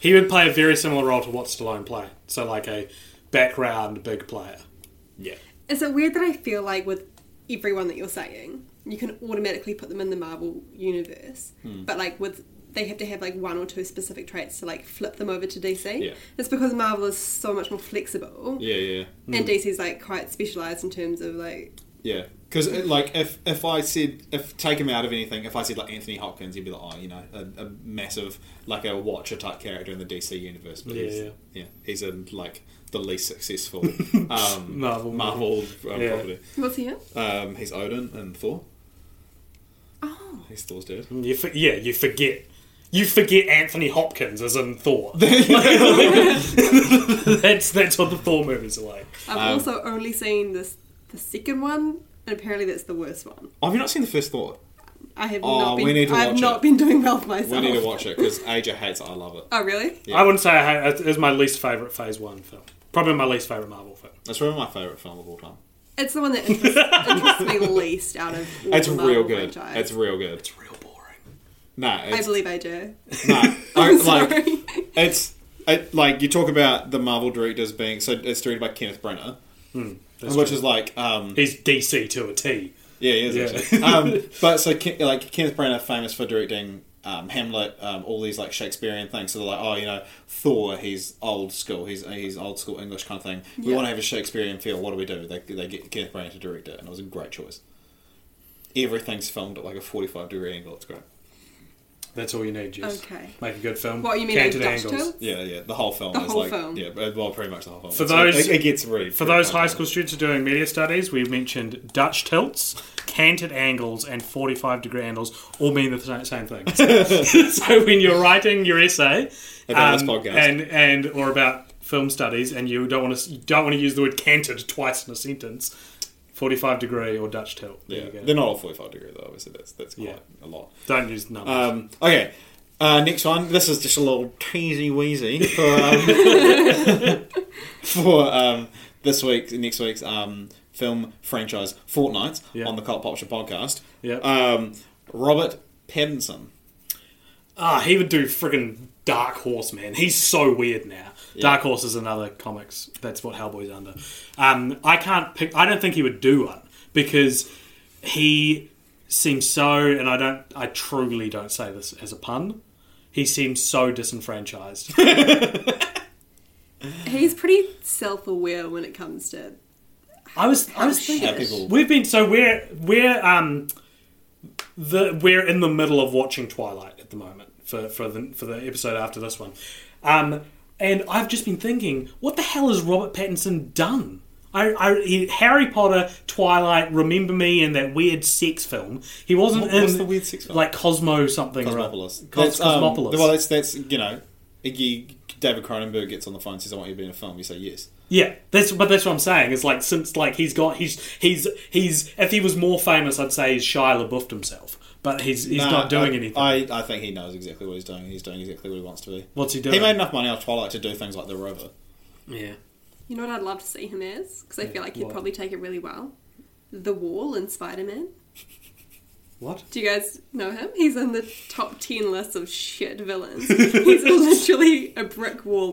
S2: He would play a very similar role to what Stallone played. So like a background big player.
S1: Yeah,
S3: Is it weird that I feel like with everyone that you're saying, you can automatically put them in the Marvel universe,
S1: Hmm.
S3: but like with they have to have like one or two specific traits to like flip them over to DC.
S1: Yeah.
S3: It's because Marvel is so much more flexible,
S1: yeah, Hmm. yeah.
S3: and DC's like quite specialized in terms of like
S1: Yeah, because like if if I said if take him out of anything, if I said like Anthony Hopkins, he'd be like, oh, you know, a, a massive like a Watcher type character in the DC universe. But he's,
S2: Yeah.
S1: yeah, he's in like the least successful um,
S2: Marvel movie.
S1: Marvel um,
S2: Yeah.
S1: property.
S3: what's he in?
S1: Um, he's Odin and Thor.
S3: Oh,
S1: He's Thor's dad.
S2: You for, yeah, you forget. You forget Anthony Hopkins as in Thor. that's that's what the Thor movies are like.
S3: I've
S1: Um,
S3: also only seen this the second one, and apparently that's the worst one.
S1: Oh, have you not seen the first Thor?
S3: I have
S1: Oh,
S3: not been.
S1: we need to
S3: I've
S1: watch
S3: not
S1: it.
S3: been doing well for myself.
S1: We need to watch it because AJ hates it. I love it.
S3: Oh really?
S1: Yeah.
S2: I wouldn't say I hate, it is my least favorite Phase One film. Probably my least favorite Marvel film.
S1: That's probably my favorite film of all time.
S3: It's the one that interests, interests me least out of all
S1: It's
S3: the Marvel
S1: real good.
S3: franchise.
S1: It's real good. It's real boring. Nah,
S3: I
S1: it's,
S3: believe I do.
S1: nah. I-
S3: I'm
S1: like
S3: sorry.
S1: It's it, like you talk about the Marvel directors being so it's directed by Kenneth Brenner,
S2: Hmm,
S1: which is like um,
S2: He's DC to a T.
S1: yeah, he is
S2: Yeah.
S1: actually. um, but so Ken, like Kenneth Brenner, famous for directing um, Hamlet, um, all these like Shakespearean things. So they're like, oh, you know, Thor, he's old school, he's he's old school English kind of thing. We
S3: Yeah.
S1: want to have a Shakespearean feel. What do we do? They they get Kenneth Brenner to direct it, and it was a great choice. Everything's filmed at like a forty-five degree angle. It's great.
S2: That's all you need, Jess.
S3: Okay.
S2: Make a good film.
S3: What you mean like
S2: Canted
S3: Dutch
S2: angles.
S3: Tales?
S1: Yeah, yeah. The whole film
S3: The
S1: is
S3: whole
S1: like
S3: film.
S1: yeah, but- well, pretty much the whole film.
S2: For
S1: So
S2: those-
S1: it, it gets really
S2: For
S1: pretty
S2: those high
S1: complicated.
S2: school students who are doing media studies, we mentioned Dutch tilts, canted angles, and 45 degree angles all mean the sa- same thing. so when you're writing your essay
S1: About
S2: um,
S1: this podcast.
S2: and and or about film studies, and you don't want to you don't want to use the word canted twice in a sentence, 45 degree or Dutch tilt. There
S1: yeah,
S2: you go.
S1: they're not all forty-five degree though. Obviously, that's that's quite
S2: Yeah.
S1: a lot.
S2: Don't use numbers.
S1: Um, okay, uh, next one. This is just a little teasy weezy for um, for um, this week's next week's um, film franchise Fortnights
S2: Yeah.
S1: on the Cult Culture podcast.
S2: Yeah.
S1: Um, Robert Pattinson.
S2: Ah, he would do friggin' Dark Horse, man. He's so weird now. Dark Horse is another comics. That's what Hellboy's under. Um, I can't pick. I don't think he would do one because he seems so. And I don't. I truly don't say this as a pun. He seems so disenfranchised.
S3: He's pretty self-aware when it comes to.
S2: I was. I was
S3: Shit.
S2: thinking.
S1: How people
S2: We've been so we're we're um the we're in the middle of watching Twilight at the moment for for the for the episode after this one, um and I've just been thinking, what the hell has Robert Pattinson done? I, I he- Harry Potter, Twilight, Remember Me, and that weird sex film. He wasn't
S1: What-
S2: in
S1: what's the weird sex film?
S2: like Cosmo something
S1: Cosmopolis.
S2: or Cos-
S1: That's, um,
S2: Cosmopolis.
S1: well, that's that's you know, Iggy David Cronenberg gets on the phone and says, "I want you to be in a film." You say yes.
S2: Yeah, that's but that's what I'm saying. It's like since like he's got he's he's he's if he was more famous, I'd say he's Shia LaBeoufed himself. But he's he's
S1: Nah,
S2: not doing
S1: I,
S2: anything.
S1: I, I think he knows exactly what he's doing. He's doing exactly what he wants to be.
S2: What's he
S1: He
S2: doing?
S1: made enough money off Twilight to do things like The Rover.
S2: yeah,
S3: You know what I'd love to see him as because I feel like he'd
S2: what?
S3: probably take it really well. The Wall in Spider-Man.
S2: what?
S3: Do you guys know him? He's in the top ten list of shit villains. He's literally a brick wall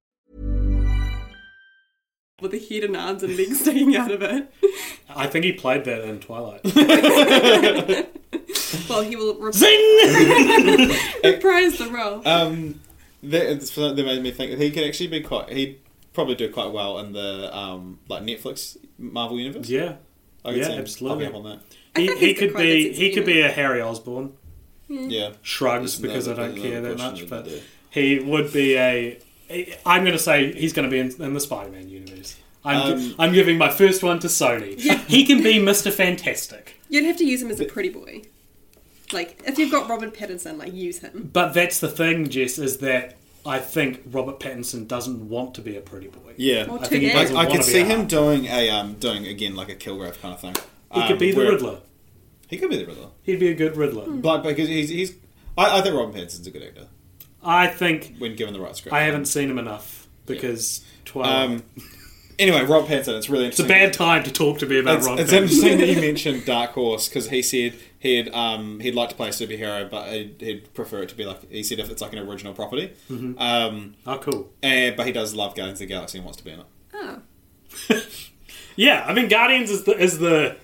S3: with a head and arms and legs sticking out of it.
S2: I think he played that in Twilight.
S3: Well, he will re-
S2: Zing!
S3: reprise the role.
S1: Um, that, it's- that made me think that he could actually be quite. He'd probably do quite well in the um, like Netflix Marvel universe.
S2: yeah,
S1: I could
S2: yeah,
S1: see him
S2: absolutely.
S1: popping up on
S2: he,
S3: think
S2: he
S3: he's
S2: could
S3: got quite a
S2: be
S3: good
S2: he
S3: sense
S2: could
S3: of
S2: be a Harry Osborn.
S1: that. Yeah.
S2: Shrugs
S1: Isn't
S2: because
S1: that
S2: I don't
S1: another
S2: care that
S1: question
S2: much,
S1: you
S2: but
S1: do?
S2: he would be a. I'm going to say he's going to be in, in the Spider-Man universe. I'm,
S1: Um,
S2: gi- I'm giving my first one to Sony. He can be Mr. Fantastic.
S3: You'd have to use him as a pretty boy. Like, if you've got Robert Pattinson, like, use him.
S2: But that's the thing, Jess, is that I think Robert Pattinson doesn't want to be a pretty boy.
S1: Yeah.
S3: Or
S2: I
S3: two
S2: think he
S3: days.
S2: doesn't
S1: I, I
S2: want
S1: could
S2: to be
S1: see
S2: a-
S1: him doing a um, doing again like a Kilgrave kind of thing.
S2: He
S1: um,
S2: could be the Riddler.
S1: He could be the Riddler.
S2: He'd be a good Riddler.
S1: But because he's, he's I, I think Robin Pattinson's a good actor
S2: I think
S1: when given the right script.
S2: I haven't seen him enough because Twilight.
S1: Um, anyway, Rob Pattinson. It's really
S2: it's a
S1: interesting.
S2: bad time to talk to me about
S1: It's,
S2: Ron.
S1: it's
S2: Perlman.
S1: interesting that you mentioned Dark Horse because he said he'd um, he'd like to play a superhero, but he'd, he'd prefer it to be like he said if it's like an original property. Um,
S2: Oh, cool.
S1: and, but he does love Guardians of the Galaxy and wants to be in it.
S3: Oh.
S2: Yeah, I mean, Guardians is the is the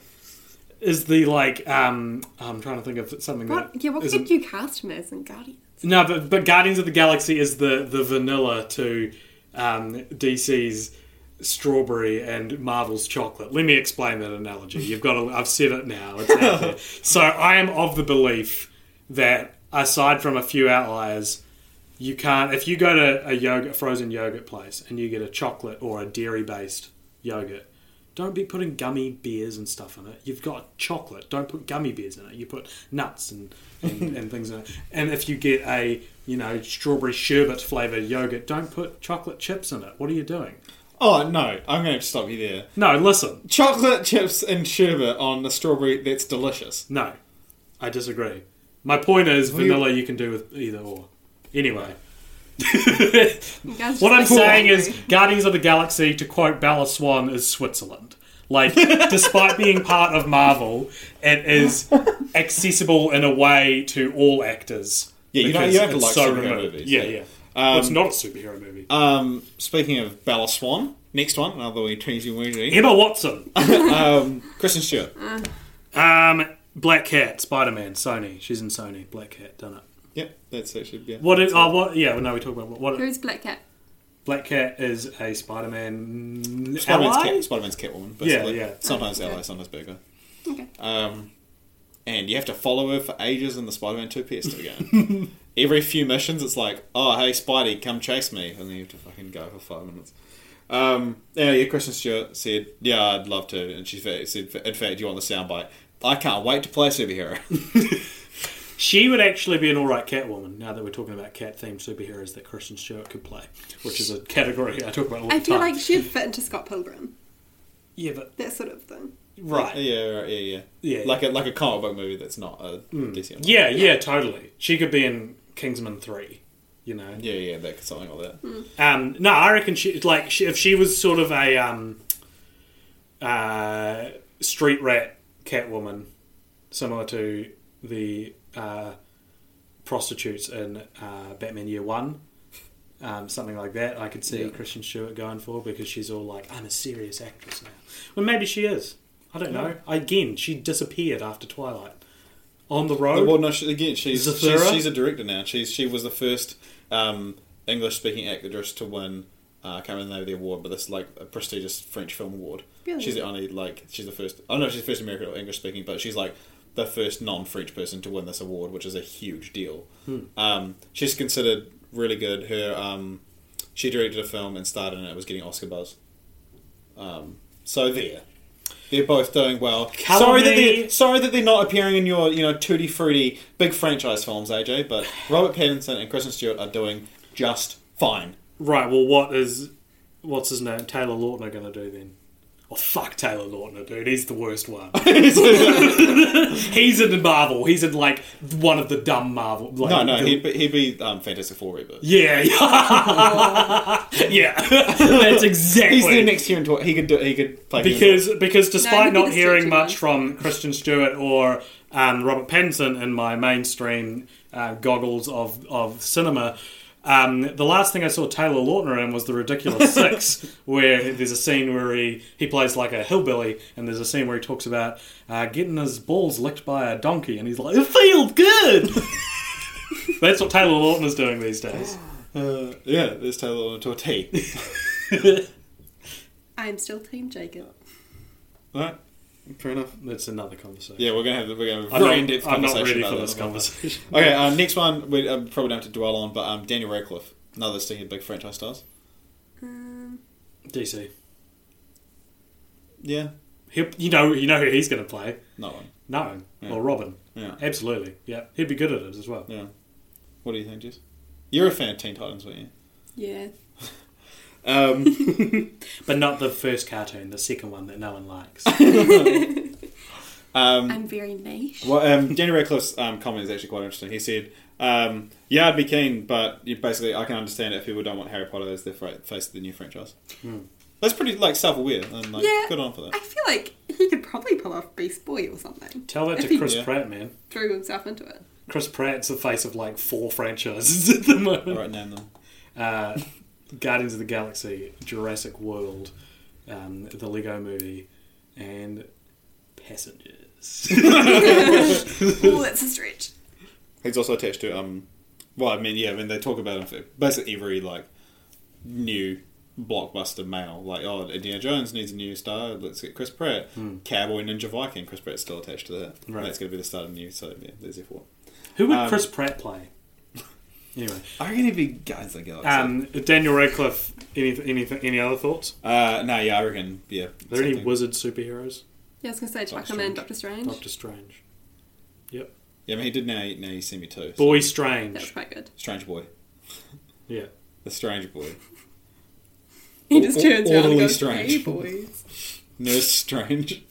S2: is the like. Um, I'm trying to think of something.
S3: What,
S2: that
S3: yeah, what
S2: isn't-
S3: could you cast him as in Guardians?
S2: No, but but Guardians of the Galaxy is the the vanilla to um, DC's strawberry and Marvel's chocolate. Let me explain that analogy. You've got to. I've said it now. It's out there. So I am of the belief that aside from a few outliers. You can't if you go to a yogurt frozen yogurt place and you get a chocolate or a dairy based yogurt, don't be putting gummy bears and stuff in it. You've got chocolate. Don't put gummy bears in it. You put nuts and, and, and things in it. And if you get a you know strawberry sherbet flavored yogurt, don't put chocolate chips in it. What are you doing?
S1: Oh no, I'm going to stop you there.
S2: No, listen.
S1: Chocolate chips and sherbet on the strawberry. That's delicious.
S2: No, I disagree. My point is vanilla. You can do with either or. Anyway,
S3: You guys
S2: what I'm
S3: just, like,
S2: saying is
S3: angry.
S2: Guardians of the Galaxy. To quote Bella Swan, is Switzerland. Like, despite being part of Marvel, it is accessible in a way to all actors.
S1: Yeah, you don't- you
S2: because
S1: don't have to
S2: it's
S1: like superhero
S2: remote.
S1: movies,
S2: Yeah,
S1: yeah.
S2: yeah. Well, it's not a superhero movie.
S1: Um, speaking of Bella Swan, next one, another way teensy weeny.
S2: Emma Watson,
S1: Kristen Stewart.
S2: um, Black Cat, Spider Man, Sony. She's in Sony. Black Cat, done it.
S1: Yep, that's actually yeah.
S2: What is? Oh, what? Yeah, well, no, we talked about what. what
S3: Who's Black Cat?
S2: Black Cat is a Spider Man
S1: Spider-Man's,
S2: ally.
S1: cat, Spider-Man's Catwoman. Basically.
S2: yeah.
S1: Sometimes ally, sometimes burglar.
S3: Okay.
S1: Um, and you have to follow her for ages in the Spider-Man Two PS two game. Every few missions, it's like, oh hey Spidey, come chase me, and then you have to fucking go for five minutes. Um, yeah, yeah. Kristen Stewart said, yeah, I'd love to, and she fa- said, in fact, you want the soundbite? I can't wait to play superhero.
S2: She would actually be an alright Catwoman now that we're talking about cat themed superheroes that Kristen Stewart could play, which is a category I talk about all the
S3: I feel
S2: time.
S3: like she'd fit into Scott Pilgrim.
S2: yeah, but
S3: That sort of thing.
S2: right.
S1: yeah, right, yeah, yeah,
S2: Yeah.
S1: Like a like a comic book movie that's not a DC. one.
S2: Yeah, yeah, totally. She could be in Kingsman 3, you know.
S1: yeah, yeah, that something like that.
S2: Um, no, I reckon she like she, if she was sort of a um, uh, street rat Catwoman, similar to the uh, prostitutes in uh, Batman Year One, um, something like that. I could see Christian Stewart going for because she's all like, "I'm a serious actress now." Well, maybe she is. I don't know. Again, she disappeared after Twilight. On the road,
S1: Well, no, she, again, she's,
S2: Zathura?
S1: she's she's a director now. She's she was the first um, English speaking actress to win. Uh, I can't remember the name of the award, but this like a prestigious French film award.
S3: Really?
S1: She's the only like she's the first. I don't know if she's the first American or English speaking, but she's like the first non-French person to win this award, which is a huge deal. Um, she's considered really good. Her um, she directed a film and starred in it. It was getting Oscar buzz. Um, so there. They're both doing well.
S2: Colour
S1: sorry that
S2: me-
S1: they're sorry that they're not appearing in your you know tutti frutti big franchise films, AJ. But Robert Pattinson and Kristen Stewart are doing just fine.
S2: Right. Well, what is what's his name? Taylor Lautner going to do then? Oh fuck, Taylor Lautner, dude. He's the worst one. he's in Marvel. He's in like one of the dumb Marvel. Like,
S1: No, no,
S2: the-
S1: he'd be, he'd be um, Fantastic Four reboot.
S2: yeah, yeah. That's exactly.
S1: He's there next year, and tw- he could do, he could play
S2: because because despite
S3: he'd be
S2: not
S3: the
S2: hearing
S3: stretchy
S2: much
S3: one.
S2: from Christian Stewart or um, Robert Pattinson in my mainstream uh, goggles of of cinema. Um, the last thing I saw Taylor Lautner in was the ridiculous six, where there's a scene where he, he plays like a hillbilly, and there's a scene where he talks about uh, getting his balls licked by a donkey, and he's like, "It feels good." That's what Taylor Lautner's doing these days.
S1: Uh, yeah, there's Taylor Lautner to a T.
S3: I'm still Team Jacob.
S1: All right, fair enough.
S2: That's another conversation.
S1: Yeah, we're gonna have we're gonna have a
S2: I'm,
S1: very
S2: not,
S1: in-depth
S2: I'm not
S1: conversation
S2: ready
S1: about
S2: for
S1: this.
S2: this conversation.
S1: Okay, uh, next one we um, probably don't have to dwell on, but um, Daniel Radcliffe, another stinking big franchise stars.
S3: Um,
S2: DC.
S1: Yeah,
S2: He'll, you know, you know who he's going to play.
S1: no one.
S2: No, or Robin.
S1: Yeah.
S2: Absolutely. Yeah, he'd be good at it as well.
S1: Yeah. What do you think, Jess? You're a fan of Teen Titans, weren't you?
S3: Yeah.
S1: Um,
S2: But not the first cartoon, the second one that no one likes.
S3: I'm very niche.
S1: Um, well, um, Daniel Radcliffe's um, comment is actually quite interesting. He said, um, "Yeah, I'd be keen, but you basically, I can understand it if people don't want Harry Potter as their fra- face of the new franchise." That's pretty like self-aware and like
S3: Yeah.
S1: good on for that.
S3: I feel like he could probably pull off Beast Boy or something.
S2: Tell that
S3: If
S2: to
S3: he
S2: Chris
S1: Yeah.
S2: Pratt, man.
S3: Threw himself into it.
S2: Chris Pratt's the face of like four franchises at the moment:
S1: All right, name them.
S2: uh, Guardians of the Galaxy, Jurassic World, um, the Lego Movie, and Passengers.
S3: oh, that's a stretch.
S1: He's also attached to um, well, I mean, yeah, I mean they talk about him for basically every like new blockbuster male. Like, oh, Indiana Jones needs a new star. Let's get Chris Pratt, Cowboy Ninja Viking. Chris Pratt's still attached to that.
S2: Right.
S1: That's going to be the start of new. So yeah, there's your four.
S2: who
S1: Um,
S2: would Chris Pratt play? Anyway,
S1: I reckon it'd be Guys like Galaxy.
S2: um, Daniel Radcliffe. Any, anything? Any other thoughts?
S1: uh, no, yeah, I reckon. Yeah,
S2: Are there any
S1: something.
S2: wizard superheroes?
S3: Yeah, I was gonna say Chuck him in Doctor Strange.
S2: Doctor Strange. Yep.
S1: yeah, I mean, he did now. Now you see me too. So-
S2: Boy
S3: That's
S2: Strange.
S3: quite good.
S1: Strange boy,
S2: Yeah.
S1: the strange boy,
S3: He just
S1: Or-
S3: turns around and
S1: orderly
S3: goes,
S1: strange.
S3: "Hey, boys."
S1: nurse strange.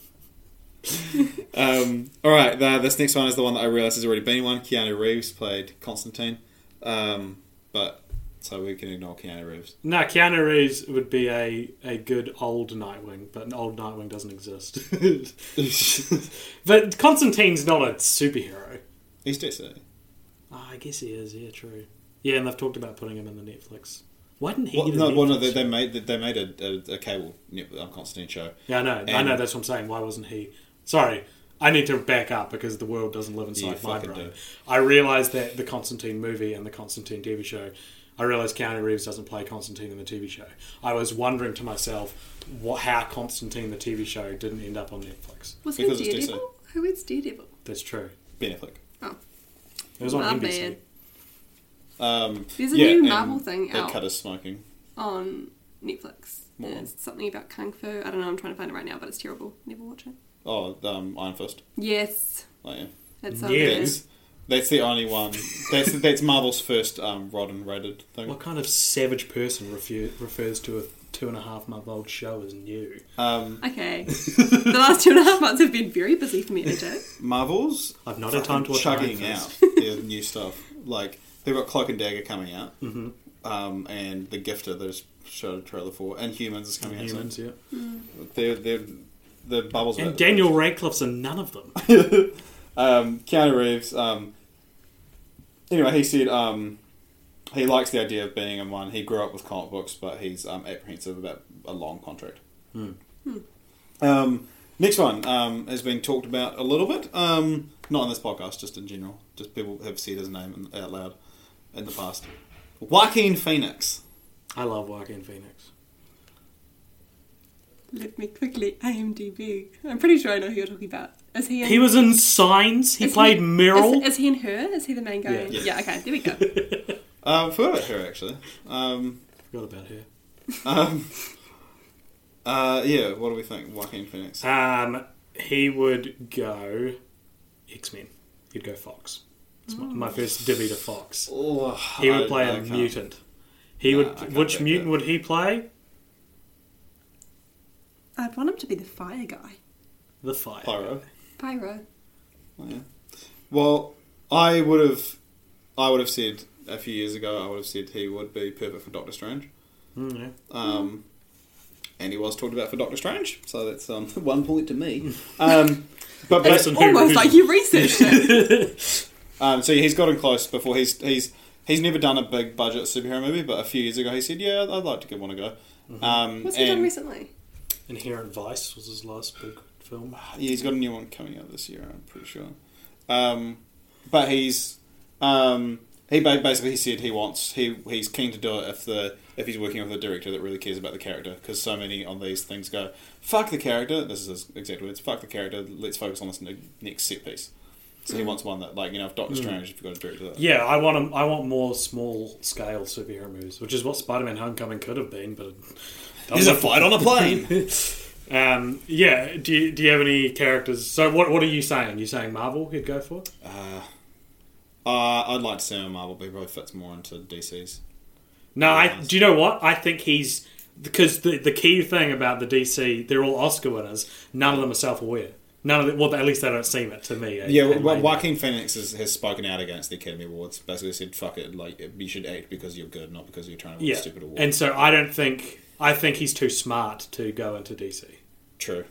S1: um, all right, the, this next one is the one that I realize has already been one. Keanu Reeves played Constantine, um, but So we can ignore Keanu Reeves.
S2: Nah, Keanu Reeves would be a, a good old Nightwing, but an old Nightwing doesn't exist. but Constantine's not a superhero.
S1: He's DC.
S2: Ah, I guess he is. Yeah, true. Yeah, and they've talked about putting him in the Netflix. Why didn't he
S1: Well,
S2: get a
S1: no, well, no,
S2: Netflix
S1: they, they
S2: show?
S1: made they made a, a, a cable net- um, Constantine show.
S2: Yeah, I know. I
S1: And-
S2: know. That's what I'm saying. Why wasn't he? Sorry, I need to back up because the world doesn't live
S1: Yeah, you
S2: inside my
S1: fucking
S2: brain.
S1: do.
S2: I realised that the Constantine movie and the Constantine TV show. I realised Keanu Reeves doesn't play Constantine in the TV show. I was wondering to myself what, how Constantine the TV show didn't end up on Netflix.
S3: Was
S1: Because
S3: he
S1: it's
S3: Daredevil? Who is Daredevil?
S2: That's true.
S1: Ben Affleck.
S3: Oh,
S2: It was on
S3: My
S2: NBC.
S3: bad.
S1: Um,
S3: There's a
S1: yeah,
S3: new
S1: and
S3: Marvel thing
S1: They
S3: out
S1: cut us smoking.
S3: on Netflix. And it's something about kung fu. I don't know. I'm trying to find it right now, but it's terrible. Never watch it.
S1: Oh, um, Iron Fist.
S3: Yes,
S1: Oh, yeah.
S3: that's so
S2: Yes.
S3: good.
S1: That's the only one. That's that's Marvel's first um, rod and rated thing.
S2: What kind of savage person refu- refers to a two and a half month old show as new?
S3: Okay, the last two and a half months have been very busy for me, AJ.
S1: Marvel's
S2: I've not had time to watch
S1: chugging
S2: Iron
S1: out
S2: Fist.
S1: their new stuff. Like they've got Cloak and Dagger coming out, mm-hmm. um, and The Gifter. They just showed a trailer for, and Humans is coming out.
S2: Humans,
S1: soon.
S2: yeah.
S1: They're they're the bubbles.
S2: And
S1: about-
S2: Daniel Radcliffe's in none of them.
S1: um, Keanu Reeves. Um, anyway, he said um, he likes the idea of being in one. He grew up with comic books, but he's um, apprehensive about a long contract.
S2: Hmm.
S1: Um, next one um, has been talked about a little bit, um, not on this podcast, just in general. Just people have said his name out loud in the past. Joaquin Phoenix.
S2: I love Joaquin Phoenix.
S3: Let me quickly IMDb. I'm pretty sure I know who you're talking about. Is he? In,
S2: He was in Signs. He
S3: is
S2: played Meryl.
S3: Is, is he in her? Is he the main guy?
S2: Yeah.
S3: Yeah. okay. There we go.
S1: Um, forgot about her actually. Um,
S2: Forgot about her.
S1: uh, yeah, what do we think, Joaquin Phoenix?
S2: Um, he would go X Men. He'd go Fox. It's
S3: Oh.
S2: my, my first divvy to Fox. He would play
S1: a
S2: a mutant. He would.
S1: I can't
S2: which
S1: back
S2: mutant
S1: that.
S2: would he play?
S3: I'd want him to be the fire guy.
S2: The Fire.
S1: Pyro.
S3: Pyro.
S1: Yeah. Well, I would have, I would have said a few years ago. I would have said he would be perfect for Doctor Strange,
S2: Mm, yeah.
S1: um, and he was talked about for Doctor Strange. So that's um, one point to me. Um, but but
S2: Listen, who-
S3: Almost
S2: who-
S3: like you researched it.
S1: um, so he's gotten close before. He's he's he's never done a big budget superhero movie, but a few years ago he said, "Yeah, I'd like to give one a go." Um,
S3: What's he done
S1: and-
S3: recently?
S2: Inherent Vice was his last big film.
S1: Yeah, he's got a new one coming out this year. I'm pretty sure. Um, but he's um, he ba- basically he said he wants he he's keen to do it if the if he's working with a director that really cares about the character because so many on these things go fuck the character. This is his exact words. Fuck the character. Let's focus on this ne- next set piece. So he wants one that like you know if Doctor Strange if you've got a director that
S2: Yeah, I want 'em- I want more small scale superhero movies, which is what Spider Man Homecoming could have been, but
S1: there's a fight on a plane.
S2: Um, yeah, do you, do you have any characters? So what what are you saying? You saying Marvel he'd go for?
S1: uh, I'd like to see him in Marvel, but he probably fits more into DC's.
S2: No, I, do you know what? I think he's because the the key thing about the DC, they're all Oscar winners. None of them are self aware. None of them, well, at least they don't seem it to me. eh,
S1: Yeah,
S2: eh,
S1: well,
S2: maybe.
S1: Joaquin Phoenix has, has spoken out against the Academy Awards. Basically, said, "Fuck it, like you should act because you're good, not because you're trying to win
S2: yeah.
S1: a stupid award."
S2: And so I don't think I think he's too smart to go into DC.
S1: True,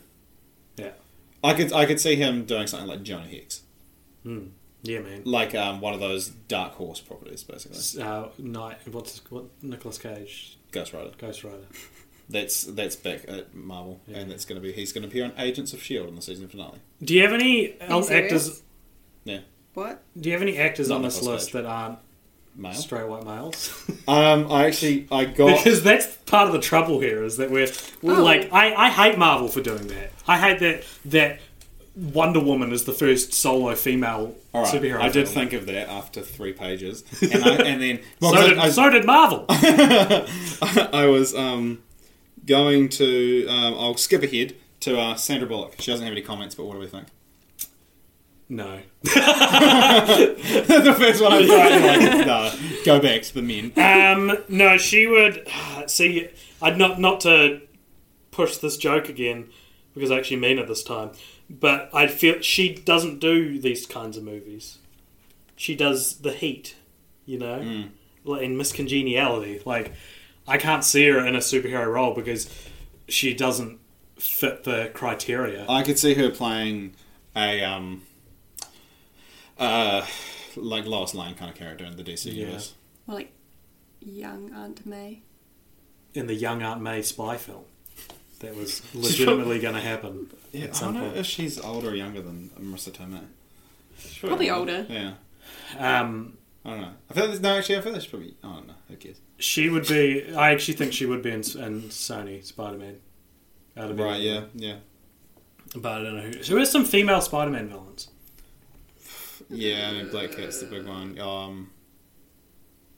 S2: Yeah,
S1: I could I could see him doing something like Jonah Hicks,
S2: yeah, man.
S1: like um, one of those Dark Horse properties, basically.
S2: Uh, Knight, what's his- what? Nicholas Cage,
S1: Ghost Rider.
S2: Ghost Rider.
S1: That's that's back at Marvel, and that's going to be he's going to appear on Agents of Shield E in the season finale.
S2: Do you have any el-
S3: serious?
S2: actors?
S1: Yeah,
S3: What?
S2: Do you have any actors
S1: Not
S2: on this
S1: Nicolas
S2: list
S1: Cage.
S2: that aren't
S1: male.
S2: straight white males?
S1: Um, I actually I got
S2: because that's part of the trouble here is that we're, we're
S3: Oh.
S2: like I, I hate Marvel for doing that. I hate that that Wonder Woman is the first solo female
S1: all right.
S2: superhero.
S1: I did
S2: film.
S1: think of that after three pages, and, I, and then well,
S2: so
S1: 'cause
S2: did,
S1: I- I-
S2: so did Marvel.
S1: I was um, going to. Um, I'll skip ahead to uh, Sandra Bullock. She doesn't have any comments, but what do we think?
S2: no,
S1: the first one I was like, no, go back to the men.
S2: um, no, she would see. I'd not not to push this joke again because I actually mean it this time. But I feel she doesn't do these kinds of movies. She does the heat, you know, and miscongeniality. Like, I can't see her in a superhero role because she doesn't fit the criteria.
S1: I could see her playing a um, uh, like Lois Lane kind of character in the DC universe.
S3: Or like young Aunt May.
S2: in the young Aunt May spy film. That was legitimately going to happen
S1: Yeah, I
S2: at
S1: don't
S2: some
S1: know
S2: point.
S1: if she's older or younger than Marissa Tomei. She's
S3: Probably older.
S1: Yeah,
S2: Um,
S1: I don't know. I feel there's no actually. I feel that she's probably. I don't know. Who cares?
S2: she would be. I actually think she would be in, in Sony Spider Man.
S1: Right? Yeah, yeah,
S2: But I don't know who. So there's some female Spider Man villains.
S1: yeah. I mean, Black Cat's the big one. Um,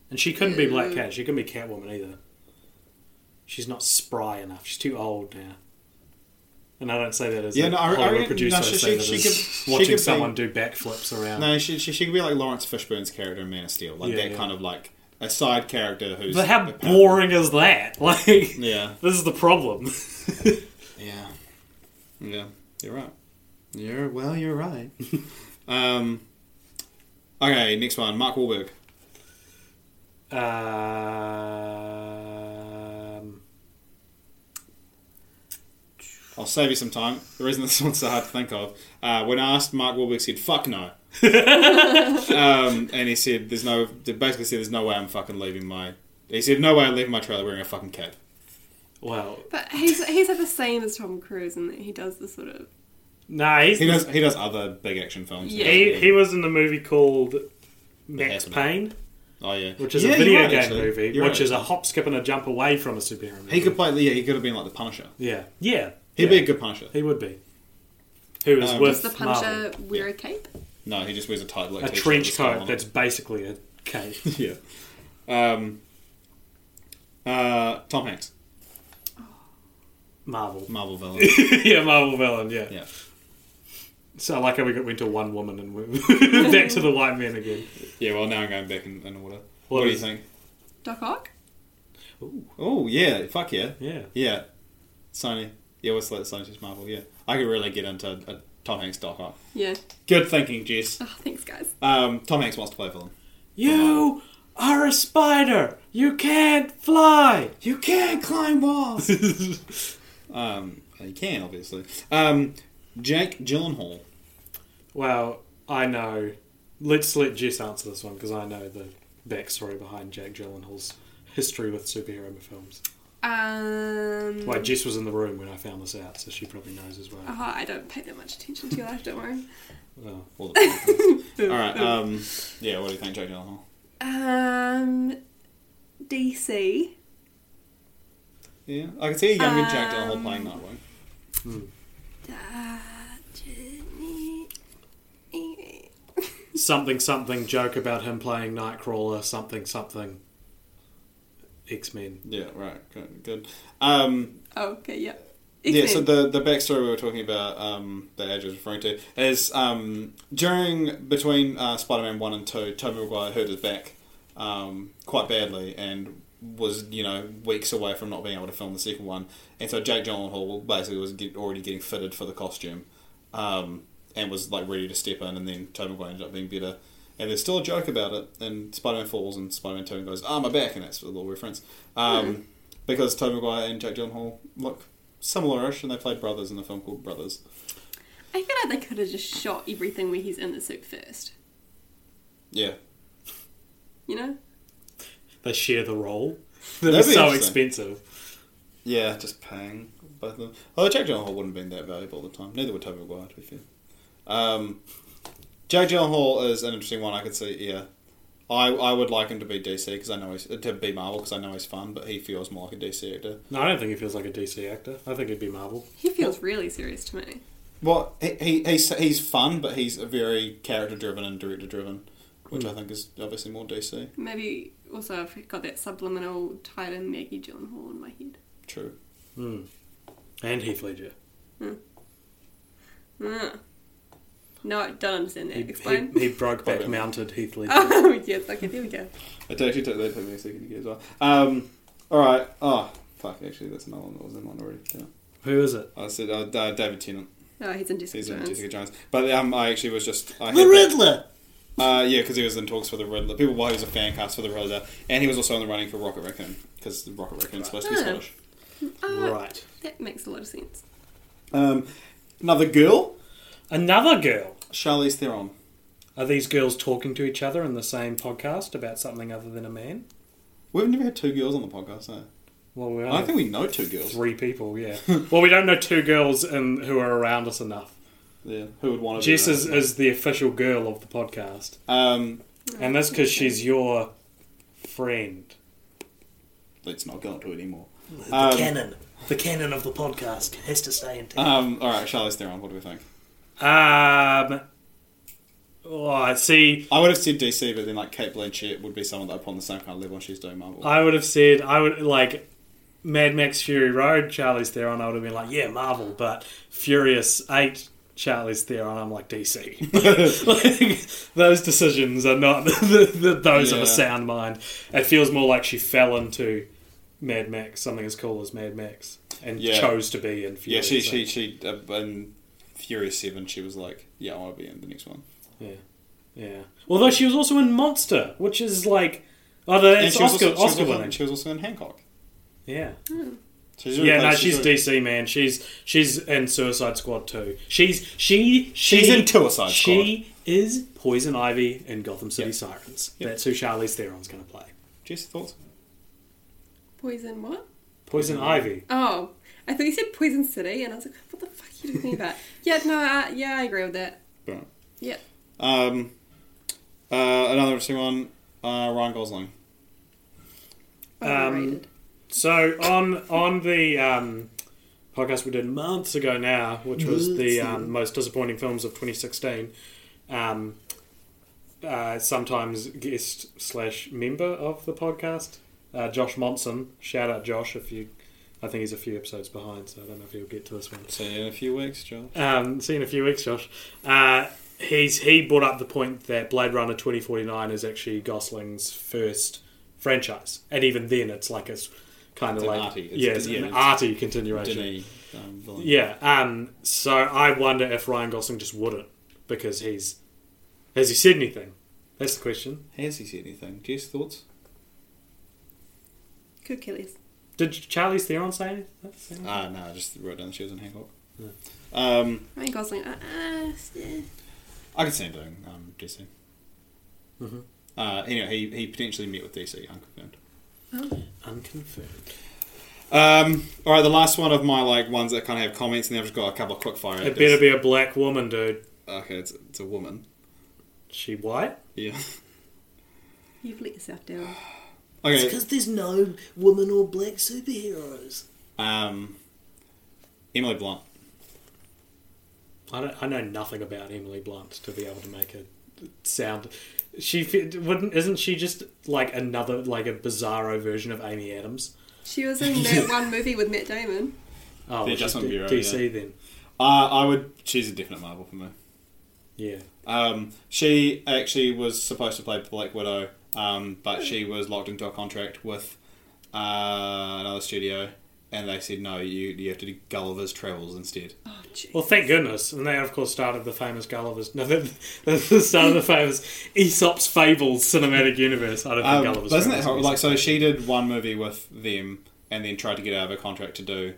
S2: And she couldn't be Black Cat. She couldn't be Catwoman either. She's not spry enough. She's too old now. And I don't say that as
S1: Yeah,
S2: a
S1: no, I- I
S2: Hollywood
S1: reckon- no,
S2: producer. I
S1: she-
S2: say
S1: she-
S2: that
S1: she
S2: as
S1: could- she
S2: watching
S1: could be-
S2: someone do backflips around.
S1: no, she, she she could be like Lawrence Fishburne's character in Man of Steel, like
S2: Yeah,
S1: that
S2: yeah.
S1: kind of like a side character who's.
S2: But how
S1: a powerful-
S2: boring is that? Like,
S1: Yeah.
S2: this is the problem.
S1: Yeah. Yeah. You're right. You're well. You're right. um. Okay. Next one. Mark Wahlberg.
S2: Um,
S1: I'll save you some time. The reason this one's so hard to think of. Uh, when asked, Mark Wahlberg said, "Fuck no," um, and he said, "There's no." they Basically, said, "There's no way I'm fucking leaving my." He said, "No way I'm leaving my trailer wearing a fucking cap."
S2: well,
S3: But he's he's like the same as Tom Cruise in that he does the sort of
S2: nah, he's,
S1: He does. He does other big action films.
S3: Yeah.
S2: he, he was in the movie called Max
S1: Happening.
S2: Payne,
S1: Oh yeah.
S2: which is
S1: Yeah,
S2: a
S1: you're
S2: video
S1: right,
S2: game
S1: actually.
S2: movie,
S1: You're
S2: which
S1: right.
S2: is a hop, skip, and a jump away from a superhero movie.
S1: He could play. Yeah, he could have been like the Punisher.
S2: yeah, yeah,
S1: He'd
S2: yeah.
S1: be a good Punisher.
S2: He would be. Who is
S1: Um,
S2: with
S3: the puncher
S2: Marvel.
S3: wear a cape.
S1: No, he just wears a tight black
S2: a
S1: t-shirt
S2: trench
S1: with skull on
S2: coat
S1: it.
S2: that's basically a cape.
S1: yeah. Um. Uh, Tom Hanks,
S2: Marvel.
S1: Marvel villain.
S2: yeah, Marvel villain. Yeah.
S1: yeah.
S2: So I like how we got, went to one woman and we back to the white man again.
S1: Yeah. Well, now I'm going back in, in order. What,
S2: What
S1: do you
S2: is-
S1: think?
S3: Doc Ock?
S1: Oh yeah, fuck yeah.
S2: Yeah.
S1: Yeah. Sony. Yeah, what's that? Sony's just Marvel. Yeah, I could really get into a Tom Hanks doc. Ock.
S3: Yeah.
S1: Good thinking, Jess.
S3: Oh, thanks guys.
S1: Um, Tom Hanks wants to play a villain.
S2: You are a spider. You can't fly.
S1: You can't climb walls. um, he can obviously. Um, Jake Gyllenhaal.
S2: Well, I know. Let's let Jess answer this one because I know the backstory behind Jack Gyllenhaal's history with superhero films.
S3: Um
S2: Like Jess was in the room when I found this out, so she probably knows as well.
S3: oh, I don't pay that much attention to your life, don't worry.
S1: All, the All right. Um, yeah. What do you think, Jake Gyllenhaal?
S3: Um DC.
S1: Yeah, I can see a younger Jack Gyllenhaal playing that one.
S2: Something something joke about him playing Nightcrawler. Something something. X Men.
S1: Yeah, right. Good. good. Um,
S3: Oh, okay, yeah.
S1: yeah. So
S3: X-Men.
S1: the the backstory we were talking about um, that Edge was referring to is um, during between uh, Spider Man one and two, Tobey Maguire hurt his back um, quite badly and was you know weeks away from not being able to film the second one, and so Jake Gyllenhaal basically was get, already getting fitted for the costume, um, and was like ready to step in, and then Tobey Maguire ended up being better. And there's still a joke about it, and Spider-Man falls, and Spider-Man 2 and goes, ah, my back, and that's a little reference. Um, Because Tobey Maguire and Jack Gyllenhaal look similar-ish, and they played brothers in the film called Brothers.
S3: I feel like they could have just shot everything where he's in the suit first.
S1: Yeah.
S3: You know?
S2: They share the role.
S1: That'd
S2: It's
S1: be
S2: so
S1: interesting.
S2: expensive.
S1: Yeah, just paying both of them. Although Jack Gyllenhaal wouldn't have been that valuable at the time. Neither would Tobey Maguire, to be fair. Um, Jack Gyllenhaal is an interesting one. I could see. Yeah, I I would like him to be DC because I know he's to be Marvel because I know he's fun, but he feels more like a DC actor.
S2: No, I don't think he feels like a DC actor. I think he'd be Marvel.
S3: He feels really serious to me.
S1: Well, he, he he's he's fun, but he's very character driven and director driven, which I think is obviously more DC.
S3: Maybe also I've got that subliminal tied in Maggie Gyllenhaal in my head.
S1: True.
S2: And Heath Ledger.
S3: Ah. No, I don't understand that.
S2: He, he,
S3: Explain.
S2: he broke back
S1: Spider-Man.
S2: mounted Heath Ledger.
S3: oh, yes, okay, there we go.
S1: It actually took that took me a second to get as well. Um, all right. Oh fuck! Actually, that's another one that was in one already. Yeah.
S2: Who is it?
S1: I said uh, Da- David Tennant.
S3: Oh, he's in Jessica
S1: He's in
S3: Jones.
S1: Jessica Jones. But um, I actually was just I had
S2: The
S1: that-
S2: Riddler.
S1: Uh, yeah, because he was in talks for the Riddler. People while he was a fan cast for the Riddler, and he was also in the running for Rocket Raccoon because the Rocket Raccoon's supposed to be
S3: Ah.
S1: Scottish.
S2: Right.
S3: That makes a lot of sense.
S1: Um, another girl,
S2: Another girl.
S1: Charlize Theron.
S2: Are these girls talking to each other in the same podcast about something other than a man?
S1: We've never had two girls on the podcast, huh?
S2: Well, we
S1: I don't
S2: only
S1: think we know two girls.
S2: three people, yeah. well, we don't know two girls in, who are around us enough.
S1: Yeah, who would want to?
S2: Jess
S1: be
S2: is, is the official girl of the podcast,
S1: Um,
S2: and that's because she's your friend.
S1: let's not go into it anymore.
S4: The canon, the canon of the podcast has to stay intact.
S1: Um, all right, Charlize Theron. What do we think?
S2: Um. Oh, I see.
S1: I would have said DC, but then like Kate Blanchett would be someone that I put on the same kind of level. and She's doing Marvel.
S2: I would have said I would like Mad Max Fury Road. Charlie's Theron. I would have been like, yeah, Marvel, but Furious Eight. Charlie's Theron. I'm like DC. like, those decisions are not the, the, those of
S1: Yeah.
S2: a sound mind. It feels more like she fell into Mad Max, something as cool as Mad Max, and
S1: Yeah.
S2: chose to be in
S1: yeah,
S2: Furious.
S1: she
S2: Eight.
S1: she she uh, in Furious Seven. She was like, yeah, I want to be in the next one.
S2: Yeah. Yeah. Although she was also in Monster, which is like, oh, no,
S1: And
S2: it's
S1: she was
S2: Oscar,
S1: also, she was
S2: Oscar
S1: also in-
S2: winning.
S1: she was also in Hancock.
S2: Yeah.
S1: She's
S2: Yeah,
S1: really-
S2: no, she's
S1: really-
S2: DC man. She's she's in Suicide Squad too. She's she, she
S1: She's in Suicide
S2: She is Poison Ivy in Gotham City Sirens. That's who Charlize Theron's going to play.
S1: Jess, thoughts?
S3: Poison what?
S2: Poison Ivy.
S3: Oh, I thought you said Poison City, and I was like, what the fuck are you talking about? yeah, no, uh, yeah, I agree with that.
S1: Right.
S3: Yeah.
S1: Um, uh, another interesting one. Uh, Ryan Gosling.
S3: Overrated.
S2: Um, So on on the um, podcast we did months ago now, which was the um, most disappointing films of 2016. Um, uh, sometimes guest slash member of the podcast, uh, Josh Monson. Shout out Josh if you. I think he's a few episodes behind, so I don't know if he'll get to this one.
S1: See you in a few weeks, Joe.
S2: Um, see you in a few weeks, Josh. Uh, he's he brought up the point that Blade Runner twenty forty nine is actually Gosling's first franchise, and even then, it's like it's kind of
S1: It's an
S2: like
S1: arty. It's-
S2: yeah, it's
S1: yeah,
S2: an
S1: it's-
S2: arty continuation.
S1: Denis, um, villain.
S2: Yeah. Um, so I wonder if Ryan Gosling just wouldn't because he's has he said anything? That's the question.
S1: Has he said anything? Jess, thoughts?
S3: Good Achilles.
S2: Did Charlie's Theron say anything?
S1: Ah, no, I just wrote down that she was in Hancock. Um,
S3: Ryan Gosling. Uh, uh, yeah.
S1: I could see him doing um, DC.
S4: Mm-hmm.
S1: Uh, anyway, he, he potentially met with DC, unconfirmed.
S2: Unconfirmed.
S1: Um, all right, the last one of my like ones that kind of have comments, and then I've just got a couple of quick fire.
S2: It better be a black woman, dude.
S1: Okay, it's, it's a woman.
S2: She white?
S1: Yeah.
S3: You've let yourself down.
S4: It's
S1: Okay.
S4: because there's no woman or black superheroes.
S1: Um, Emily Blunt.
S2: I, don't, I know nothing about Emily Blunt to be able to make a sound. She fe- wouldn't, isn't she just like another like a bizarro version of Amy Adams?
S3: She was in that one movie with Matt Damon.
S1: The
S2: Oh, which is
S1: Adjustment
S2: D-
S1: Bureau,
S2: DC
S1: yeah.
S2: then.
S1: Uh, I would. She's a definite Marvel for me.
S2: Yeah,
S1: Um, she actually was supposed to play Black Widow, um, but she was locked into a contract with uh, another studio, and they said no, you you have to do Gulliver's Travels instead.
S3: Oh, gee.
S2: Well, thank goodness, and they of course started the famous Gulliver's. No, the, the start of the famous Aesop's Fables cinematic universe. I don't think
S1: Um,
S2: Gulliver's.
S1: but isn't that horrible?
S2: Travels was-
S1: Like, so she did one movie with them, and then tried to get out of a contract to do,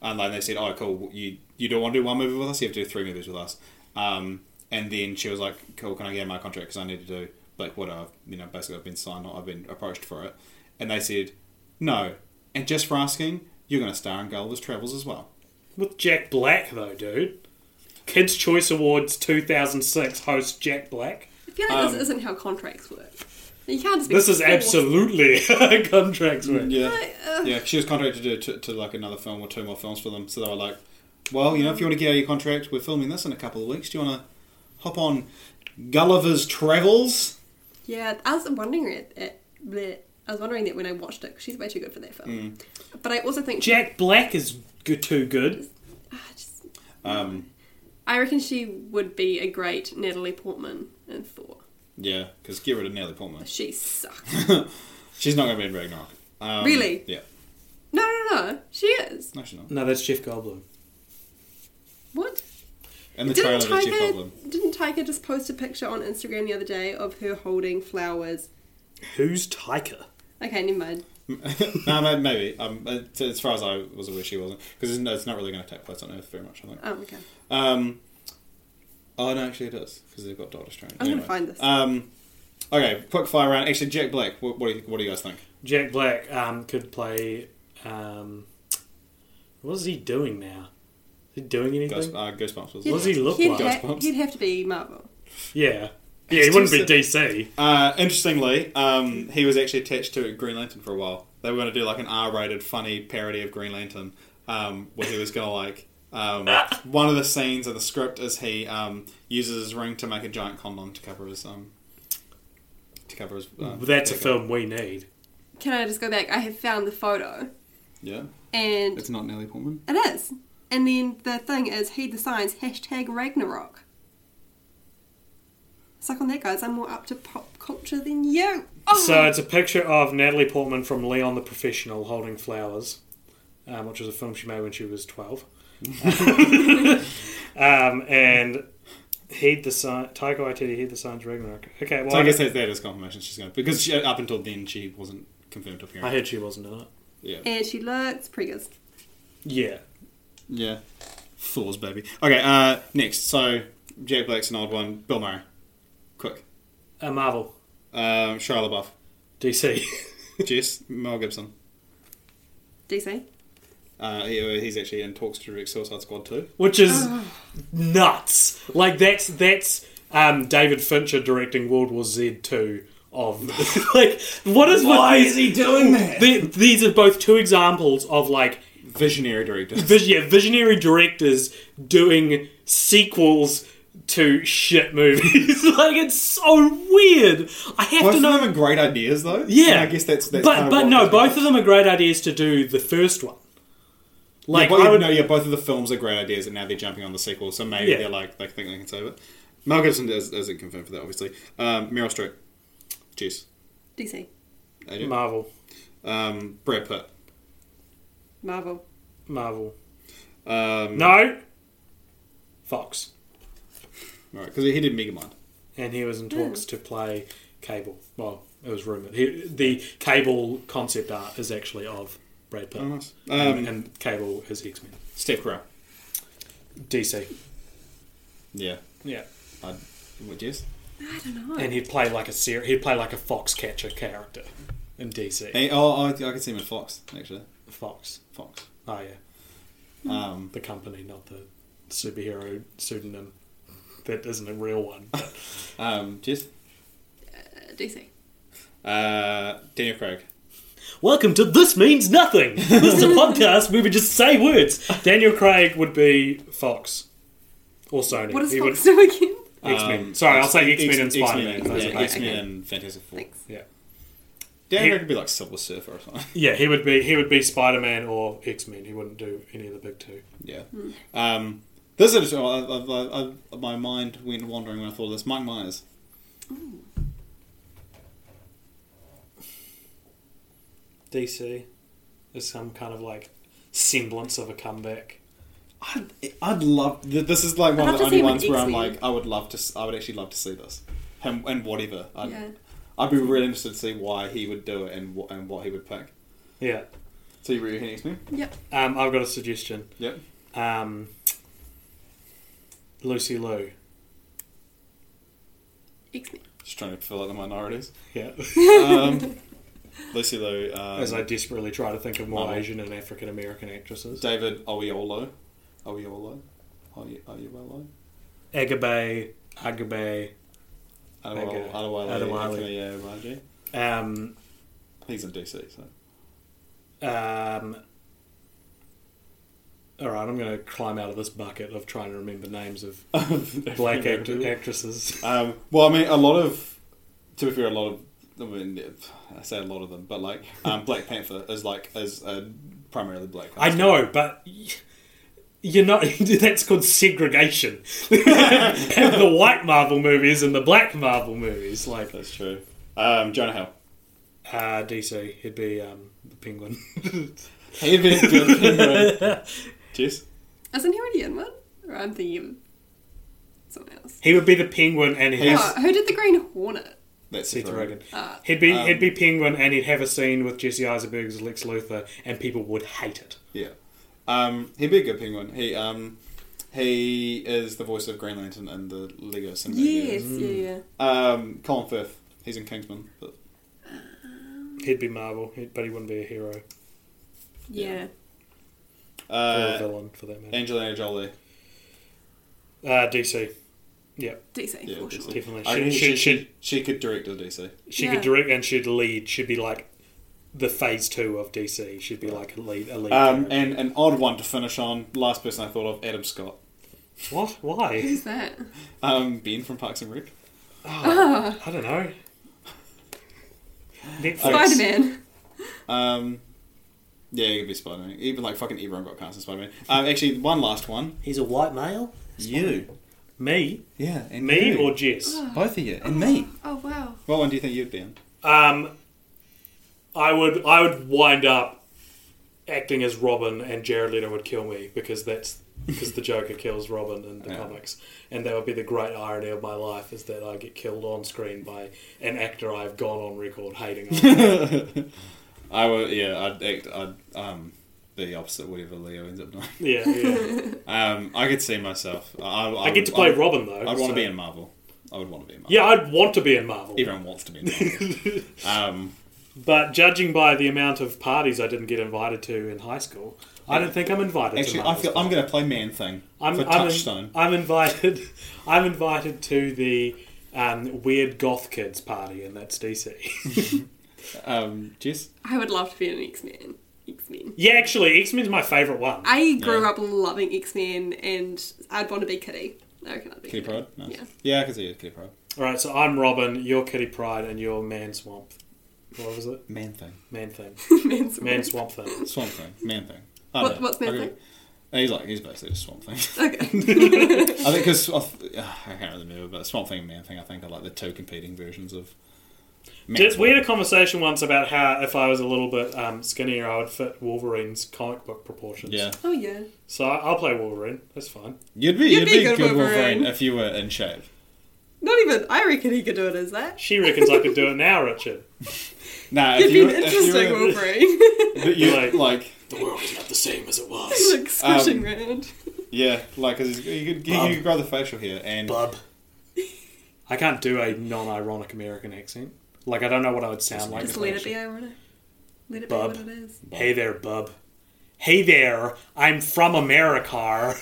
S1: and like they said, oh cool, you you don't want to do one movie with us, you have to do three movies with us. Um, and then she was like, cool, can I get out of my contract because I need to do Black Widow? You know, basically I've been signed, I've been approached for it, and they said, no, and just for asking, you're going to star in Gulliver's Travels as well.
S2: with Jack Black though, dude. Kids Choice Awards 2006 host Jack Black.
S3: I feel like this isn't how contracts work. You can't just be
S2: Um, This is
S3: forced- uh,
S2: absolutely contracts work.
S1: Yeah, yeah. She was contracted to do to, to like another film or two more films for them. So they were like, "Well, you know, if you want to get out of your contract, we're filming this in a couple of weeks. Do you want to hop on Gulliver's Travels?"
S3: Yeah, I was wondering it. it bleh. I was wondering that when I watched it. 'cause she's way too good for that film.
S1: Mm.
S3: But I also think ah,
S2: Jack Black is good, too good.
S3: I just-
S1: Um,
S3: I reckon she would be a great Natalie Portman in Thor.
S1: yeah, because get rid of Natalie Portman.
S3: She sucks.
S1: She's not going to be in Ragnarok. Um,
S3: Really?
S1: Yeah.
S3: No, no, no. She is.
S1: No, she's not.
S2: No, that's Jeff Goldblum.
S3: What?
S1: In the trailer
S3: Didn't
S1: that she called
S3: Tiger
S1: them.
S3: didn't Tiger just post a picture on Instagram the other day of her holding flowers?
S4: Who's Tyker?
S3: Okay, never mind.
S1: no, no, maybe. Um, it's- as far as I was aware, she wasn't. Because it's, it's not really going to take place on Earth very much, I think.
S3: Oh, okay.
S1: Um, oh, no, actually it is. Because they've got Doctor Strange.
S3: I'm gonna find this.
S1: Um, okay, quick fire round. Actually, Jack Black, what, what, do, you, what do you guys think?
S2: Jack Black um, could play. Um, what is he doing now? Is he doing anything?
S1: Ghost, uh, Goosebumps was
S2: What does he look
S3: he'd,
S2: like?
S3: ha- he'd have to be Marvel.
S2: Yeah. Yeah, he wouldn't be DC.
S1: Uh, interestingly, um, he was actually attached to Green Lantern for a while. They were going to do like an R-rated funny parody of Green Lantern, um, where he was going to like um, one of the scenes of the script is he um, uses his ring to make a giant condom to cover his um, to cover his. Uh,
S2: That's a
S1: jacket.
S2: film we need.
S3: Can I just go back? I have found the photo,
S1: Yeah,
S3: and
S1: it's not Nelly Portman.
S3: it is. And then the thing is, heed the signs. Hashtag Ragnarok. Suck on that, guys. I'm more up to pop culture than you. Oh,
S2: So it's a picture of Natalie Portman from Leon the Professional holding flowers, um, which was a film she made when she was 12. um, and Heed the Sign, Taika Waititi, Heed the Signs, Ragnarok. Okay, well,
S1: So I guess
S2: I,
S1: that that is confirmation she's going to because she, up until then she wasn't confirmed to appear.
S2: I heard she wasn't in it.
S1: Yeah,
S3: and she looks pretty good.
S2: Yeah.
S1: yeah, Thor's baby. Okay, uh, next. So Jack Black's an old one. Bill Murray, quick.
S2: Uh, Marvel.
S1: Um, Shia LaBeouf.
S2: DC.
S1: Jess, Mel Gibson.
S3: DC.
S1: Uh, he- he's actually in talks to direct Suicide Squad too.
S2: which is nuts. Like that's that's um, David Fincher directing World War Z two of like what is
S4: Why
S2: with
S4: is he doing that?
S2: The- these are both two examples of like
S1: Visionary director.
S2: vis- yeah, visionary directors doing sequels to shit movies. like it's so weird. I have
S1: Both
S2: to
S1: of
S2: know.
S1: them are great ideas though.
S2: Yeah,
S1: And I guess that's that's.
S2: but
S1: kind of
S2: but
S1: what
S2: no,
S1: this
S2: both
S1: is.
S2: of them are great ideas to do the first one. Like
S1: yeah, both,
S2: I would
S1: no, yeah, both of the films are great ideas, and now they're jumping on the sequel, so maybe
S2: Yeah.
S1: they're like they think they can save it. Mel Gibson is, isn't confirmed for that, obviously. Um, Meryl Streep, Jess,
S3: DC.
S1: Adrian.
S2: Marvel,
S1: um, Brad Pitt.
S3: Marvel.
S2: Marvel.
S1: Um,
S2: No, Fox.
S1: because he did Megamind.
S2: and he was in talks to play Cable. Well, it was rumored. He, the Cable concept art is actually of Brad Pitt,
S1: Oh, nice. Uh, Um,
S2: and, and Cable is X Men.
S1: Steve Carell.
S2: DC,
S1: Yeah,
S2: yeah,
S1: I, what Jess?
S2: and he'd play like a ser- he'd play like a fox catcher character in DC.
S1: Hey, oh, I, I could see him in Fox actually.
S2: Fox.
S1: Fox.
S2: Oh yeah,
S1: Um,
S2: the company, not the superhero pseudonym. That isn't a real one. but-
S1: um, Jess.
S3: Uh, DC.
S1: Uh, Daniel Craig.
S2: Welcome to This Means Nothing. This is a podcast where we just say words. Daniel Craig would be Fox or Sony.
S3: What does
S2: He would-
S3: Fox do again?
S2: X
S1: Um,
S2: Men. Sorry, I'll say X Men and Spider Man.
S1: X-Men, Yeah, X Men
S3: Okay.
S1: and Fantastic Four.
S3: Thanks.
S2: Yeah.
S1: Daniel
S2: He-
S1: Craig could be like Silver Surfer or something.
S2: yeah, he would be he would be Spider Man or X Men. He wouldn't do any of the big two.
S1: yeah.
S3: Hmm.
S1: Um, this is I, I, I, I, my mind went wandering when I thought of this. Mike Myers.
S2: DC is some kind of like semblance of a comeback.
S1: I'd, I'd love. th- This is like one
S3: I'd
S1: of
S3: love
S1: the
S3: to
S1: only
S3: see him in
S1: ones where I'm
S3: X-Men.
S1: like, I would love to. s- I would actually love to see this. Him and whatever. I'd,
S3: Yeah.
S1: I'd be really interested to see why he would do it and what and what he would pick.
S2: Yeah.
S1: So you read X Men?
S3: Yep.
S2: Um, I've got a suggestion.
S1: Yep.
S2: Um, Lucy Liu.
S3: X Men.
S1: Just trying to fill out the minorities.
S2: Yeah.
S1: Um, Lucy Liu. Um,
S2: As I desperately try to think of more
S1: Marvel.
S2: Asian and African American actresses.
S1: David Oyeolo. Oyeolo. Oye- Oyeolo.
S2: Agabe, Agabe,
S1: Adewale-
S2: Okay.
S1: Adewale.
S2: Adewale.
S1: Adewale.
S2: um,
S1: He's in DC, so.
S2: Um, all right, I'm going to climb out of this bucket of trying to remember names of black act- actresses.
S1: Um, well, I mean, a lot of. To be fair, a lot of. I mean, I say a lot of them, but like um, Black Panther is like is a primarily black.
S2: I know, but y- you know that's called segregation. Have the white Marvel movies and the black Marvel movies, like
S1: that's true. Um, Jonah Hill.
S2: uh, DC, he'd be um, the Penguin.
S1: Hey, Vince, good. Jess.
S3: Isn't he already in one? Or I'm thinking of Someone else.
S2: He would be the penguin and he'd
S3: Oh, who did the Green Hornet?
S1: That's
S2: Seth Rogen.
S1: Rogen.
S4: Ah.
S2: he'd be he'd be penguin and he'd have a scene with Jesse Eisenberg as Lex Luthor and people would hate it.
S1: Yeah. Um, he'd be a good penguin. He um, he is the voice of Green Lantern in the Lego cinematic
S3: Yes,
S1: universe.
S3: yeah, yeah.
S1: Um, Colin Firth. He's in Kingsman. But
S2: He'd be Marvel, he'd- but he wouldn't be a hero or
S3: Yeah.
S2: a
S1: uh,
S2: villain for that matter.
S1: Angelina Jolie.
S2: Uh, DC, yeah,
S3: DC,
S1: Yeah,
S3: for
S1: DC.
S3: sure.
S2: definitely.
S1: I
S2: She
S1: mean,
S2: she, she,
S1: She could direct a DC.
S2: she
S3: Yeah.
S2: could direct and she'd lead. She'd be like the phase two of DC. She'd be like a lead. A lead
S1: Um,
S2: character.
S1: and an odd one to finish on. Last person I thought of, Adam Scott.
S2: what? Why?
S3: Who's that?
S1: Um, Ben from Parks and Rec.
S2: I don't know. Netflix.
S3: Spider Man.
S1: Um, yeah, he could be Spider Man. Even like fucking everyone got cast as Spider Man. Um, actually, one last one.
S4: He's a white male.
S1: You.
S2: Me,
S1: Yeah, and
S2: me
S1: you.
S2: or Jess?
S1: both of you and me.
S3: Oh wow.
S1: What one do you think you'd be in?
S2: Um, I would I would wind up acting as Robin, and Jared Leto would kill me because that's because the Joker kills Robin in the
S1: Yeah.
S2: comics, and that would be the great irony of my life is that I get killed on screen by an actor I've gone on record hating.
S1: I would. Yeah, I'd act. I'd um, be opposite whatever Leo ends up doing.
S2: yeah, yeah.
S1: Um, I could see myself. I, I,
S2: I get
S1: would-
S2: to play
S1: I'd-
S2: Robin though.
S1: I'd want
S2: so-
S1: to be in Marvel. I would want to be in Marvel.
S2: Yeah, I'd want to be in Marvel,
S1: Everyone wants to be in Marvel. um,
S2: but judging by the amount of parties I didn't get invited to in high school, I don't think I'm invited.
S1: actually,
S2: to
S1: I
S2: Marvel's
S1: feel I'm going to play Man Thing
S2: I'm,
S1: for
S2: I'm, in-
S1: Touchstone.
S2: I'm invited. I'm invited to the um, weird goth kids party, and that's DC.
S1: um, Jess.
S3: I would love to be an X Men. X Men.
S2: yeah, actually, X Men's my favourite one.
S3: I grew up loving X Men, and I'd want to be Kitty. I reckon I'd be
S1: Kitty
S3: Kitty.
S1: Pride. Nice.
S3: Yeah.
S1: yeah, I can see you, Kitty Pride.
S2: All right, so I'm Robin. You're Kitty Pride, and you're Man Swamp. What was it?
S1: Man Thing.
S2: Man thing.
S3: Man's
S2: Man Swamp thing.
S1: Swamp Thing, Man Thing. I
S3: What-
S1: don't
S3: what's Man
S1: I
S3: Thing?
S1: could- He's like he's basically just Swamp Thing. Okay. I think because I, th- I can't really remember, but Swamp Thing and Man Thing I think are like the two competing versions of. Man
S2: Did,
S1: Thing.
S2: we had a conversation once about how if I was a little bit um, skinnier, I would fit Wolverine's comic book proportions.
S1: Yeah,
S3: Oh yeah.
S2: So I- I'll play Wolverine. That's fine.
S1: you'd be you'd, be, a good Wolverine. if you were in shape.
S3: Not even. I reckon he could do it as that.
S2: She reckons I could do it now, Richard.
S1: Nah,
S3: It'd
S1: if
S3: be
S1: you,
S3: an interesting
S1: were, if
S3: Wolverine.
S1: you were you,
S2: Like-
S1: like,
S2: The world is not the same as it was.
S3: like squishing round.
S1: yeah, like 'cause you could you could grow the facial hair and
S4: Bub.
S2: I can't do a non-ironic American accent. Like I don't know what I would sound like.
S3: Just let it be ironic. Let it
S2: Bub.
S3: be what it is.
S2: Hey there, bub. Hey there, I'm from America.
S1: oh my